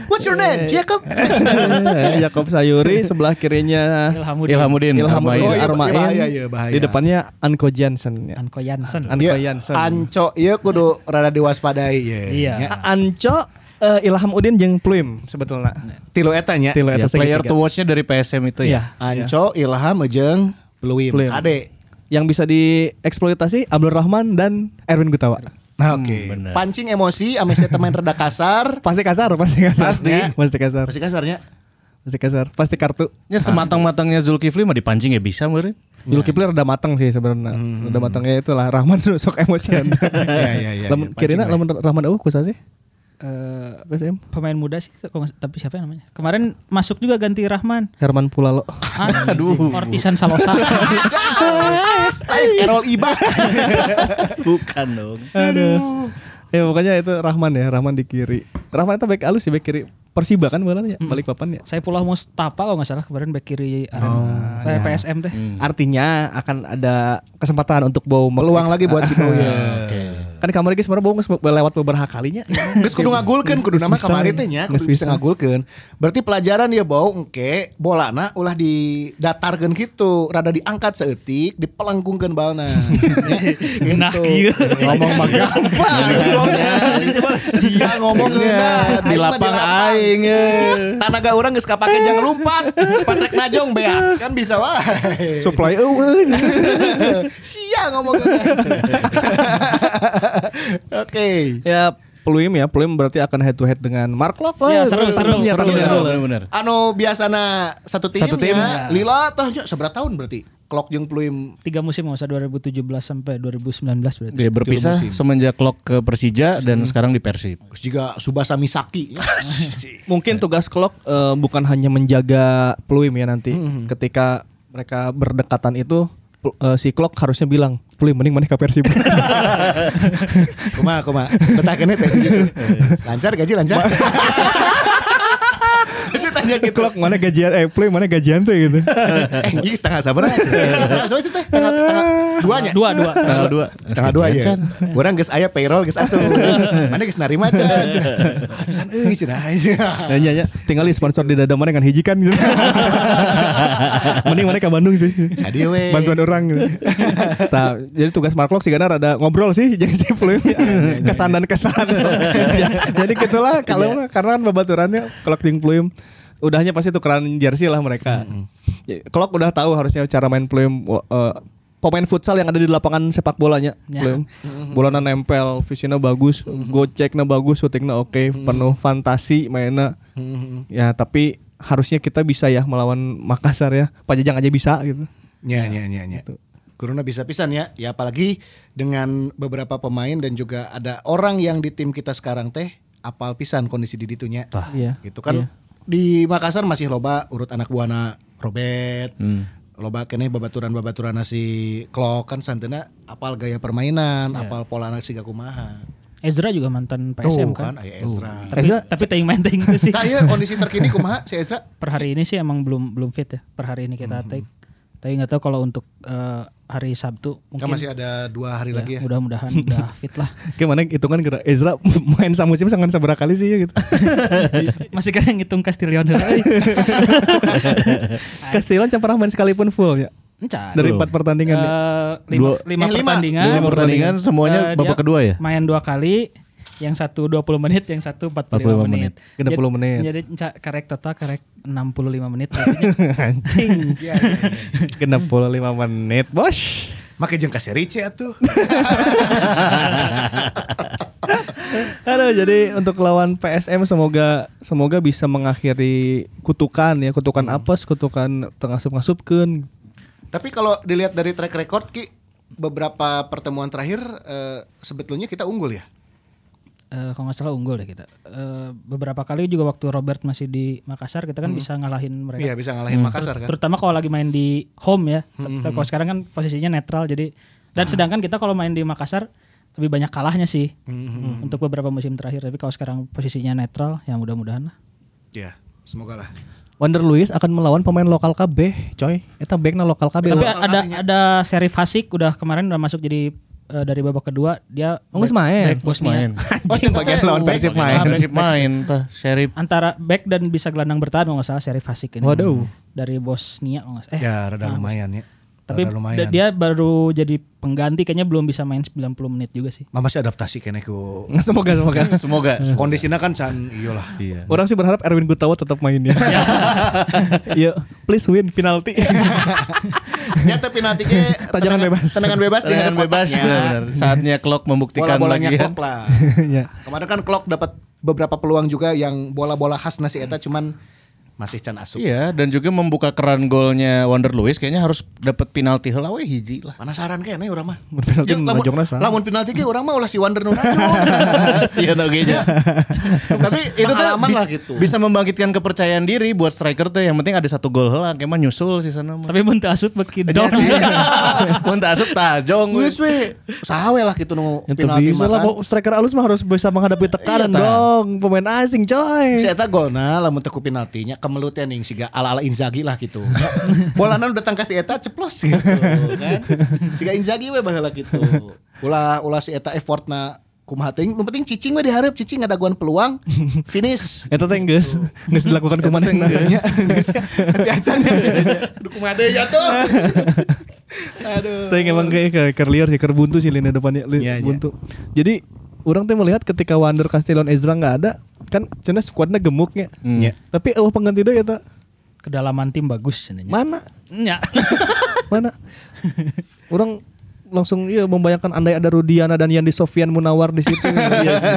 What's your name? Jacob Vegetables. Eh, Yakob Sayuri sebelah kirinya Ilhamuddin. Ilhamudin. Ya, Ilhamuddin Oh, iya, Armain. iya, bahaya, iya, bahaya. Di depannya Anko Jansen. Ya. Anko Jansen. Anko Iya, Jansen. Anco ieu kudu rada diwaspadai ya. Iya. Ya, Anco eh, Ilham Udin jeung Pluim sebetulnya. Tilu eta nya. Tilu Ya, eta player segitiga. to watch-nya dari PSM itu ya. gitu. Iya. Anco Ilham jeung Peluim. Peluim. Ade. Yang bisa dieksploitasi Abdul Rahman dan Erwin Gutawa. Nah, Hmm, Oke. bener. Pancing emosi ame si teman rada kasar. Pasti kasar, pasti kasar. Pasti. Pasti kasar. Pasti kasarnya. Pasti kasar. Pasti kartu. Ya sematang-matangnya Zulkifli mah dipancing ya bisa meureun. Zulkifli rada matang sih sebenarnya. Udah matangnya itulah Rahman tuh sok emosian. Hmm. Iya iya iya. iya, lamun kirina pancing lamun Rahman eueuh kusaha sih? Eh, PSM. pemain muda sih kok nggak- tapi siapa namanya kemarin masuk juga ganti Rahman Herman Pulalo. aduh Ortisan Salosa bae. Eh, Errol Iba. Bukan dong. Aduh. Ya pokoknya itu Rahman ya, Rahman di kiri. Rahman itu back alus sih back kiri. Persiba kan bola Hmm. ya, balik papan ya. saya pulau Mustafa kalau nggak salah kemarin back kiri Arema Eh, PSM teh Hmm. Artinya akan ada kesempatan untuk bau Peluang lagi buat si Peluim. Kan kamar lagi sebenarnya bau nges- lewat beberapa kalinya. Geus kudu ngagulkeun kudu nama kamari teh nya, kudu Geus bisa bisa. ngagulkeun. Berarti pelajaran ya bau engke bolana ulah didatarkeun gitu, rada diangkat seeutik, dipelengkungkeun balna. Ya, gitu. Nah, Genah iya. kieu. Ngomong mah gampang. Sia ngomong Ya, geuna. di lapang aing. eh. Tanaga urang geus kapake jangan lumpat. Pas rek najong bea, kan bisa wae. Supply eh, eueuh. Sia ngomong geuna. Oke. ya Peluim ya, Peluim berarti akan head to head dengan Mark Lok. Ya, seru, seru, Takutnya, seru, takutnya. seru. Benar-benar. Anu biasana satu tim, Satu tim, ya. Lila tah nya seberapa tahun berarti? Klok jeung Pluim tiga musim nggak usah 2017 sampai 2019 berarti Dia berpisah semenjak Klok ke Persija dan sekarang di Persib. Terus juga Subasa Misaki. ya? Mungkin tugas Klok eh, bukan hanya menjaga Peluim ya nanti. Ketika mereka berdekatan itu Pel- eh, si Klok harusnya bilang, "Peluim mending mana ke Persib." kuma kuma. Betah kene teh gitu. Lancar gaji lancar. Saya tanya gitu. Klok mana gajian eh Peluim mana gajian tuh gitu. Eh, ini setengah sabar aja. Setengah sabar sih teh. Tengah tengah duanya. dua dua Tanggal 2. Setengah dua ya. Orang geus aya payroll geus asuh. Mana geus narima can. Can euy cenah. Nah, iya, iya. tinggal di sponsor di dada mana kan hiji kan gitu. Mending mana ke Bandung sih. Hadiah we. Bantuan orang gitu. Tah, jadi tugas Marklock sih karena ada ngobrol sih jadi si Pluim ya. kesan dan kesan. jadi gitulah kalau karena kan babaturannya kalau ting Pluim udahnya pasti tukeran jersey lah mereka. Ya, Klok udah tahu harusnya cara main Pluim wo- eh, pemain futsal yang ada di lapangan sepak bolanya Ya. Pluim. Bolana nempel, visinya bagus, goceknya bagus, syutingnya oke, penuh fantasi mainnya. Ya, tapi harusnya kita bisa ya melawan Makassar ya. Pajajan aja bisa gitu. Nya nya nya nya. Corona bisa pisan ya. Ya apalagi dengan beberapa pemain dan juga ada orang yang di tim kita sekarang teh apal pisan kondisi di ditunya. Iya. Gitu kan. Di Makassar masih loba urut anak buana Robert. Loba keneh babaturan-babaturan si Klok kan santena apal gaya permainan, apal pola anak siga kumaha. Ezra juga mantan Tuh PSM kan. kan aya Ezra. Tapi Ezra- tapi teuing main teuing teu sih. Tah ieu iya, kondisi terkini kumaha si Kan Ezra? per hari ini sih emang belum belum fit ya per hari ini Mhm. kita take tapi nggak tahu kalau untuk eh, hari Sabtu Kan mungkin masih ada dua hari ya, lagi ya. mudah-mudahan udah fit lah Gimana hitungan kira Ezra main sama musim sangat seberapa kali sih ya gitu. masih kadang ngitung Castillion heula, euy. Castellan can pernah main sekalipun full ya. Encan. Dari Belum. empat pertandingan. ya. Eh, lima, Dua- lima Eh, lima. pertandingan Lima pertandingan, semuanya Eh, babak dia kedua ya? main dua kali yang satu 20 menit yang satu 45 45, menit. menit, 60 menit. jadi enca- karek total karek 65 menit anjing Genep puluh lima menit, Bos. Make jeung ka Serice atuh. Aduh, jadi untuk lawan PSM semoga semoga bisa mengakhiri kutukan ya, kutukan apes, kutukan tengah ngasup-ngasupkeun. Tapi kalau dilihat dari track record Ki beberapa pertemuan terakhir eh, sebetulnya kita unggul ya. Eh, kalau nggak salah unggul deh kita Eh, beberapa kali juga waktu Robert masih di Makassar kita Hmm. kan bisa ngalahin mereka Iya bisa ngalahin Makassar kan. terutama kalau lagi main di home ya. Hmm, Kalau sekarang kan posisinya netral jadi Ah. dan sedangkan kita kalau main di Makassar lebih banyak kalahnya sih Hmm, Hmm, untuk beberapa musim terakhir. Tapi kalau sekarang posisinya netral ya mudah-mudahan lah. Iya, semoga lah. Wander Luis akan melawan pemain lokal KB, coy. Eta backna lokal KB. Tapi loh. ada ada Serif Hasik udah kemarin udah masuk jadi eh, dari babak kedua dia Oh, nggak back- main. back Bosnia. Oh, Anjing bagian lawan Persib main. Persib Iya. main tah Sheriff. antara back dan bisa gelandang bertahan kalau nggak salah Serif Hasik ini. Waduh. Dari Bosnia kalau nggak salah. Eh, Ya, rada lumayan ya. tapi rada lumayan. dia baru jadi pengganti kayaknya belum bisa main 90 menit juga sih. Mah masih adaptasi kene ku Semoga semoga. kan. Semoga. kondisinya kan can iyalah. Iya. Orang sih berharap Erwin Gutawa tetap main ya. Iya, please win penalti. ya tapi nanti ke Tendangan bebas. Tendangan bebas di Dengan hadap bebas kotaknya. benar. Saatnya Klok membuktikan Bola-bolanya lagi ya. Klok lah. Iya. Kemarin kan Klok dapat beberapa peluang juga yang bola-bola khas nasi eta cuman masih can asup. Iya, dan juga membuka keran golnya Wander Lewis kayaknya harus dapat penalti heula we hiji lah. Penasaran kene urang mah. Mun penalti Jeung nu lamun- najongna saha? Lamun penalti ke urang mah ulah si Wander nu najong. Sian oge nya. Tapi itu tuh Pengalaman bis- lah gitu. bisa membangkitkan kepercayaan diri buat striker tuh yang penting ada satu gol heula kayak mah nyusul sih sana Iya mah. Tapi mun teu asup beki dor. Mun teu asup tajong we. Geus we sahawe lah kitu nu Itu penalti bisa mah. lah, kan. pok- striker alus mah harus bisa menghadapi tekanan Iya, Tan. dong, pemain asing coy. Si eta golna lamun teu ku penaltinya kemelutnya ning siga ala-ala Inzaghi lah gitu. Bolana nu datang ka si eta ceplos gitu kan. Siga Inzaghi we baheula gitu. Ulah ulah si eta effortna kumaha teuing, nu penting cicing we diharap cicing ngadaguan peluang finish. Eta teh geus geus dilakukan kumanehna. Ya, biasanya aduh kumaha deui ya tuh. Aduh. Tapi emang kayak ke keur liar sih, keur buntu sih lini depannya li- Iya, iya. buntu. Jadi orang tuh melihat ketika Wander Castellon Ezra nggak ada, kan cenah skuadnya gemuknya. Iya. Tapi eueuh pengganti deui eta. Kedalaman tim bagus sebenarnya. Mana? Nya. Mana? orang langsung iya membayangkan andai ada Rudiana dan Yandi Sofian Munawar di situ. Iya sih.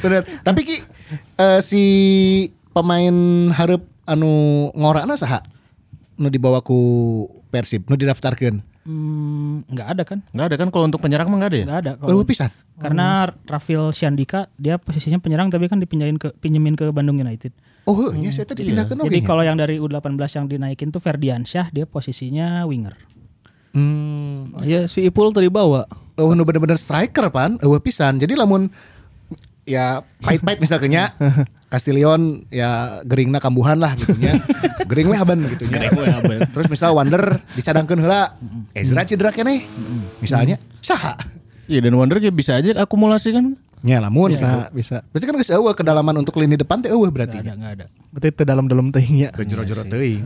Bener. Tapi ki eh, si pemain hareup anu ngorana saha? Nu dibawa ku Persib, nu didaftarkeun. Hmm, nggak ada kan? Enggak ada kan kalau untuk penyerang mah enggak ada ya? Nggak ada Eueuh kalau. pisan. Karena Rafil Syandika dia posisinya penyerang tapi kan dipinjain ke pinjemin ke Bandung United. Oh, heuh, nya saya tadi dipindahkeun oge Jadi nya. kalau yang dari U18 yang dinaikin tuh Ferdiansyah dia posisinya winger. Hmm. Iya si Ipul tadi bawa. Eueuh nu bener-bener striker pan, eueuh pisan. Jadi lamun ya pahit-pahit misalnya nya Castillion ya geringna kambuhan lah gitu nya. Gering we aban gitu nya. Terus misal Wander dicadangkeun heula, Ezra cedera keneh. Misalnya saha? Iya dan Wander ya bisa aja akumulasi kan. Nya lamun gitu. Bisa, bisa. Berarti kan geus eueuh kedalaman untuk lini depan teh eueuh berarti. Nggak ada, nggak ada. Berarti teu dalam-dalam iya. tehnya. Teu jero-jero teuing.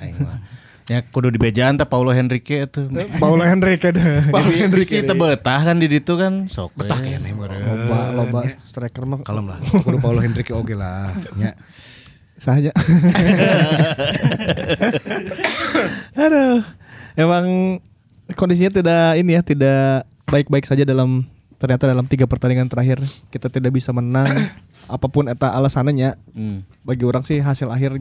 Aing mah. Ya kudu dibejaan teh Paulo Henrique itu. Paulo Henrique deh. Paulo Henrique Henrique teu betah kan di ditu kan. Sok. Oh. Betah we. kayaknya meureun. Loba, loba striker mah Kalem lah. Kudu Paulo Henrique oge lah. Nya. sahnya. Aduh, emang kondisinya tidak ini ya, tidak baik-baik saja dalam ternyata dalam tiga pertandingan terakhir kita tidak bisa menang. Apapun eta alasannya, Hmm. bagi orang sih hasil akhir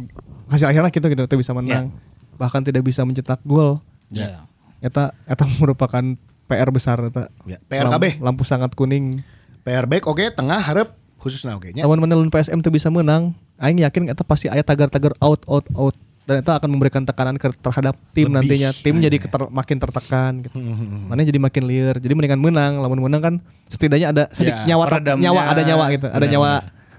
hasil akhirnya kita gitu, kita bisa menang. Bahkan tidak bisa mencetak gol. Ya. eta eta merupakan PR besar eta. Ya, PRKB. Lam- Lampu sangat kuning. PR back oke tengah harap khususnya oke nya. Lawan menelun PSM tuh bisa menang. Aing yakin eta pasti aya tagar-tagar out out out dan itu akan memberikan tekanan ke, terhadap tim Lebih. nantinya. Tim jadi keter- makin tertekan gitu. Mana jadi makin liar. Jadi mendingan menang, lamun menang kan setidaknya ada sedikit Ya, nyawa ter- peredamnya. nyawa ada nyawa gitu. Ada Benar, nyawa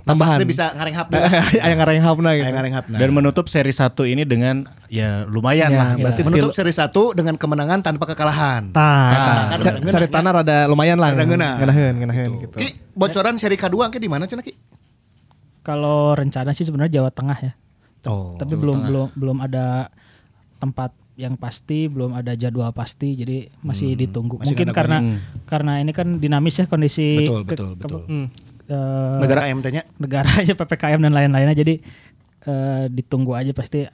tambahan. Pasti bisa ngareng hap Aya ngarenghabna gitu. Kayak ngareng hapna. Nah. Dan menutup seri satu ini dengan ya lumayan Ya, lah. berarti menutup seri satu dengan kemenangan tanpa kekalahan. Tah, kan eta. ngeunah, Nah, cari tanah rada lumayan lah. Rada ngeunah. Ngeunaheun, ngeunaheun gitu. Ki, bocoran seri kedua ke di mana Cina Ki? Kalau rencana sih sebenarnya Jawa Tengah ya. Oh. Tapi belum belum belum ada tempat yang pasti, belum ada jadwal pasti, jadi masih ditunggu. Hmm, masih Mungkin nggak ada Hmm. karena karena ini kan dinamis ya kondisi Betul, ke- betul, ke- betul. eh, negara Negara MT-nya. aja PPKM dan lain-lainnya jadi eh, ditunggu aja pasti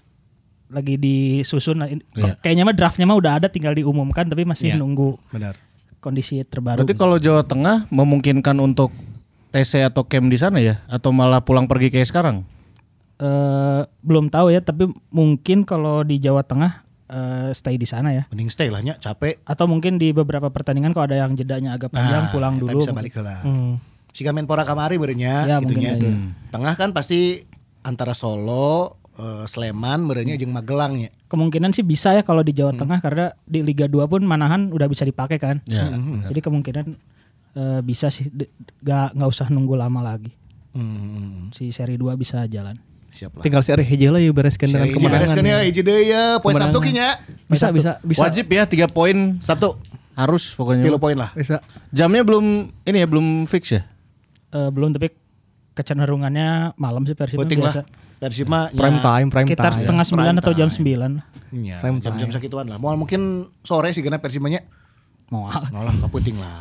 lagi disusun Nah, ini- Iya. kayaknya mah draftnya mah udah ada tinggal diumumkan tapi masih nunggu Benar. kondisi terbaru Berarti kalau Jawa Tengah memungkinkan untuk TC atau camp di sana ya atau malah pulang pergi kayak sekarang? Eh, belum tahu ya tapi mungkin kalau di Jawa Tengah eh, stay di sana ya Mending stay lah nya, capek. atau mungkin di beberapa pertandingan kalau ada yang jedanya agak Ah, panjang pulang eta dulu bisa mungkin. balik lah. Siga Menpora kamari berenya Ya, gitu mungkin nya. aja. Tengah kan pasti antara Solo, eh, Sleman berenya jeung Magelang nya. kemungkinan sih bisa ya kalau di Jawa Tengah karena di Liga 2 pun Manahan udah bisa dipakai kan Ya. jadi kemungkinan eh, bisa sih De- nggak nggak usah nunggu lama lagi Hmm, si seri 2 bisa jalan siap lah. Tinggal si Ari Heje lah ya bereskan dengan Seri hiji bereskeun ya, kemenangan. hiji deui ya, poe Sabtu ki nya. Bisa, bisa, bisa. Wajib ya tiga poin Sabtu harus pokoknya. tilu poin lah. Bisa. Jamnya belum ini ya belum fix ya. Eh, belum tapi kecenderungannya malam sih Persib Penting biasa lah. Persib mah nya. Prime time, prime sekitar time. setengah sembilan atau jam sembilan Iya, Prime jam-jam sakituan lah. Mau mungkin sore sih karena persimanya mau ah. ngolah keputing lah.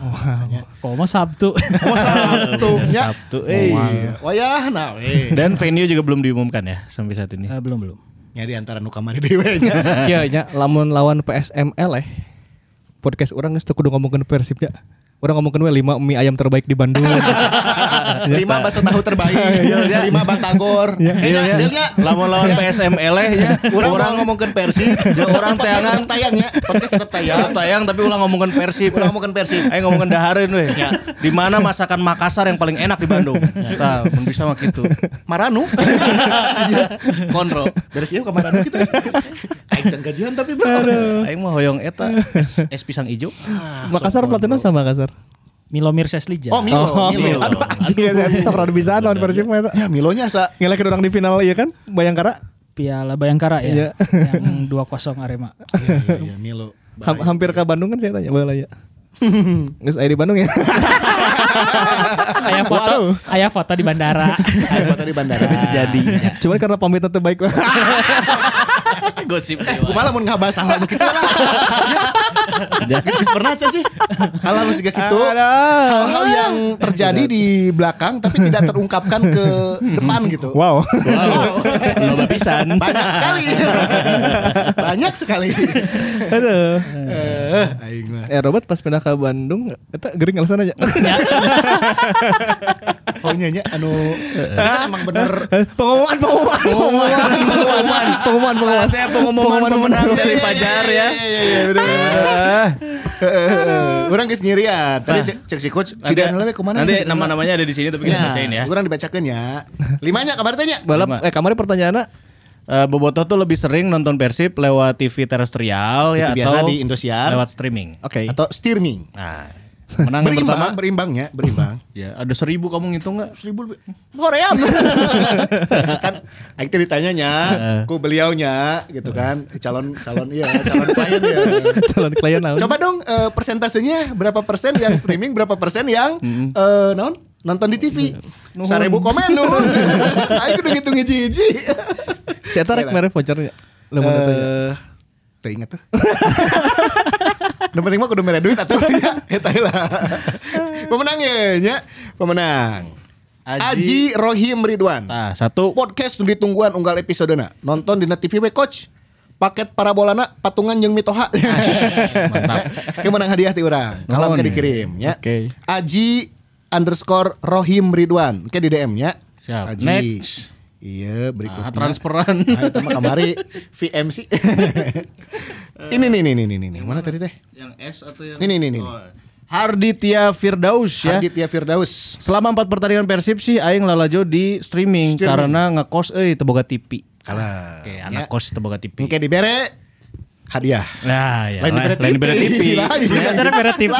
Nya. kalau mau Sabtu Oh, Sabtu nya. Sabtu. eh. Wayah nah we. Dan venue juga belum diumumkan ya sampai saat ini. Eh, belum belum Nya di antara nu kamari dewe nya. Iya nya lamun lawan PSM eh podcast orang geus teu kudu ngomongkeun Persib ya. Orang ngomongkeun we 5 mie ayam terbaik di Bandung. Lima bakso tahu terbaik. Lima batagor. Iya, Eh, nya, deul nya. Lamun lawan PSM eleh ya. Urang Orang orang ngomongkeun Persib, Jeung urang teangan. Iya, tayangnya, podcast ya. tetap tayang. Ya, tayang tapi ulang ngomongin Persib. Ulah ngomongkeun Persib. Ayo ngomongin dahareun weh. Di mana masakan Makassar yang paling enak di Bandung? Tah, mun bisa mah gitu. Maranu. Konro. Beres ieu ka Maranu gitu. Aing can gajian tapi bro. Aing mah hoyong eta es, es pisang ijo. Makassar pelatihna sama Makassar. Milomir Seslija Oh, Milo, Oh, Milo. Milo. Aduh, anjing. Iya kan bisa pernah bisa lawan Persib mah eta. Ya, Milonya sa Ngelekin orang di final iya kan? Bayangkara Piala Bayangkara Iya. ya yang 2-0 Arema Iya, iya, iya, Milo. ham- hampir ke Bandung kan saya tanya bola ya. Geus aya di Bandung ya. ayah foto ayah foto di bandara Ayo foto di bandara. Jadi. Ya. Cuman karena pamit teu baik. Gosip. Kumaha lamun ngabahas hal nu kitu lah. Ya, geus pernah Cen, sih. Hal nu siga kitu. Hal-hal yang terjadi di belakang tapi tidak terungkapkan ke depan gitu. Wow. Wow. Loba pisan. Banyak sekali. Banyak sekali. Aduh. Eh, aing mah. Eh Robert pas pindah ke Bandung eta gering alasan aja. Oh nyanyi anu Eh. kan emang bener Pengumuman, pengumuman, pengumuman, pengumuman, pengumuman, pengumuman. Saatnya pengumuman pemenang dari Pajar ya. Iya iya iya bener. Eh, Ah, Urang geus nyirian. Tadi cek, cek si coach nanti- Cidan lewe kemana Nanti nama-namanya ada di sini tapi kita bacain ya. Urang dibacakeun ya. Limanya kabar tanya. Balap, eh kamarnya pertanyaannya Eh, Boboto tuh lebih sering nonton Persib lewat TV terestrial ya Itu biasa atau di Indosiar. lewat streaming. Oke. Atau steering. Nah, menang yang pertama Berimbang, berimbangnya, berimbang. ya ada seribu kamu ngitung nggak? seribu lebih Korea kan akhirnya ditanyanya ku beliaunya gitu kan calon calon iya calon klien ya calon klien naon? coba dong eh, persentasenya berapa persen yang streaming berapa persen yang eh, naon? nonton di TV seribu komen nuhun aku udah ngitung hiji-hiji Si Eta Iya rek lah. mere vouchernya. Lu mau nonton ya? Eh, teu inget tuh Yang penting mah kudu mere duit atuh ya. Eta heula. Pemenang ya, nya. Pemenang. Aji, Rohim Ridwan. Nah, satu podcast nu ditungguan unggal episodena. Nonton dina TV we coach. Paket parabolana patungan jeung mitoha. mantap. Kemenang hadiah ti urang. Kalam Oh, ke nih. dikirim ya. Oke. Aji underscore Rohim Ridwan. Ke di DM nya. Siap. Aji. Next. Iya, Ah, berikutnya. transferan. Nah, itu mah kamari VMC. ini nih nih nih nih nih. Mana tadi teh? Yang S atau yang Oh. Ini, ini, ini. Harditya Firdaus ya. Aditya Firdaus. Selama empat pertandingan Persib sih aing lalajo di streaming, Streaming. karena ngekos euy teboga TV. Kalah. Oke, anak kos teboga TV. Oke dibere hadiah. Nah, ya. Lain dibere Lain dibere TV. TV. Lain. Sebenarnya merah TV.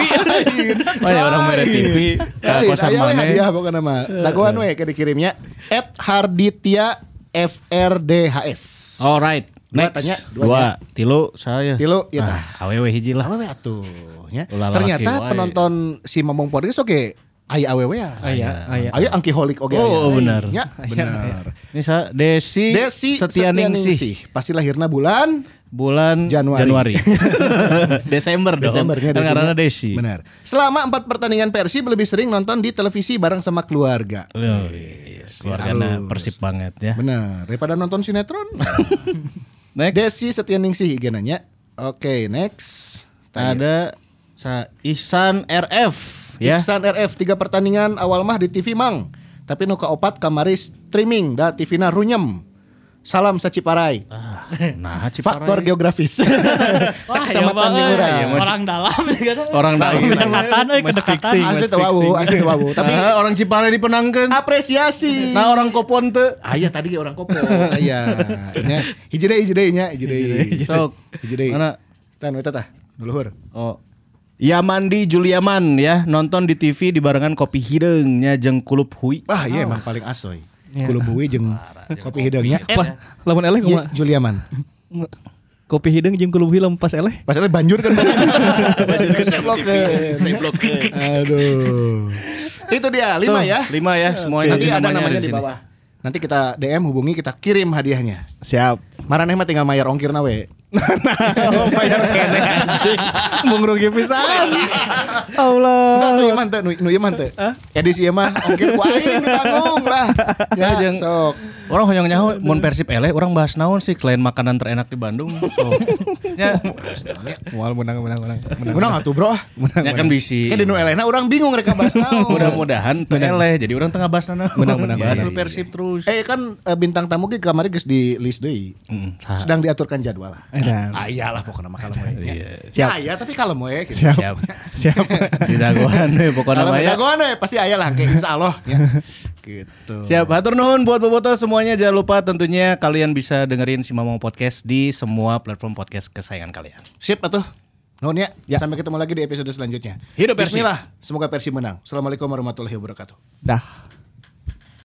Oh ya orang merah TV. Ke Lain, Iya, kosan aya we mana? hadiah pokokna mah. Dagoan we ke dikirimnya at Harditya FRDHS. Alright. Dua Next. tanya, dua dua, tilu saya. Tilu, iya tah. Ah, awewe hiji lah. Awewe atuh nya. Ulah iya. laki Ternyata wae. penonton si Momong Podcast oke aya awewe ya. Iya, iya. Ayo angki holik oke. Oh, benar. Ya, benar. Ini sa Desi, Desi Setianingsih. Setianingsih. Pasti lahirna bulan Bulan Januari. Desember dong. Desembernya ya. Kan Karena Desi. Benar. Selama empat pertandingan Persib lebih sering nonton di televisi bareng sama keluarga. Loh, iya. Keluargana iya, Persib banget ya. Benar. Daripada nonton sinetron. Next Desi Setianingsih IG nanya. Oke, next. Tanya. ada sa Ihsan RF ya. Iksan RF tiga pertandingan awal mah di TV Mang. Tapi nuka opat kamari streaming da TV na runyem. Salam sa Ciparai. Nah, Ciparai. Faktor geografis. sa Wah, iya kecamatan banget. Ngurah. Orang dalam. eh, gitu. Orang dalam. Kedekatan, eh kedekatan. Asli tawawu, asli tawawu. Tapi Tapi orang Ciparai dipenangkan. apresiasi. Nah, orang Kopon teu. Ayah tadi orang kopo. Ayah. Nya, hiji deui hiji deui nya, hiji deui. Sok. Hiji deui. Mana? Tan eta tah. Nu luhur. Oh. Yamandi Juliaman ya nonton di TV dibarengan kopi hidungnya jeung kulup hui. Wah, iya emang paling asoy. Kulo buwi jeung kopi hidungnya. Eh, Apa? Lamun eleh iya, kumaha? Juliaman. Kopi hidung jeung kulub hilam pas eleh. Pas eleh banjur kan. Banjur ke seblok. Aduh. Itu dia lima ya. Lima ya semua Nanti ini ada namanya namanya di sini. bawah. Nanti kita DM hubungi kita kirim hadiahnya. Siap. Maraneh mah tinggal mayar ongkirna we. Oh, Mengrugi pisan. Allah. Entar tuh ieu mah teu nu nu ieu mah teu. Edisi ieu mah ongkir ku aing ditanggung lah. Ya, jeung- sok. Orang hoyong nyaho mun Persib eleh orang bahas naon sih selain makanan terenak di Bandung. Ya. So, nya, Mual menang menang menang. Menang atuh, Bro. ah. nya kan bisi. Kayak di nu elehna orang bingung mereka bahas naon. Mudah-mudahan teu eleh jadi orang tengah bahas naon. Menang, menang, Bahas menang. lu Persib terus. eh kan eh, bintang tamu ke kamari geus di list deui. Mm, saha. Sedang diaturkan jadwal lah. Edan. Ah iyalah pokoknya mah kalem Iya. we. Ya. Siap. Ya, aya tapi kalem we gitu. Siap. Siap. Siap. Di dagoan we pokokna Kalem mah ya. dagoan we pasti aya lah kayak insyaallah ya. Gitu. Siap, hatur nuhun buat bobotoh semuanya. Jangan lupa tentunya kalian bisa dengerin si Mamang Podcast di semua platform podcast kesayangan kalian. Sip atuh. Nuhun ya. Ya. Sampai ketemu lagi di episode selanjutnya. Hidup Persib. Bismillah, semoga Persib menang. Assalamualaikum warahmatullahi wabarakatuh. Dah.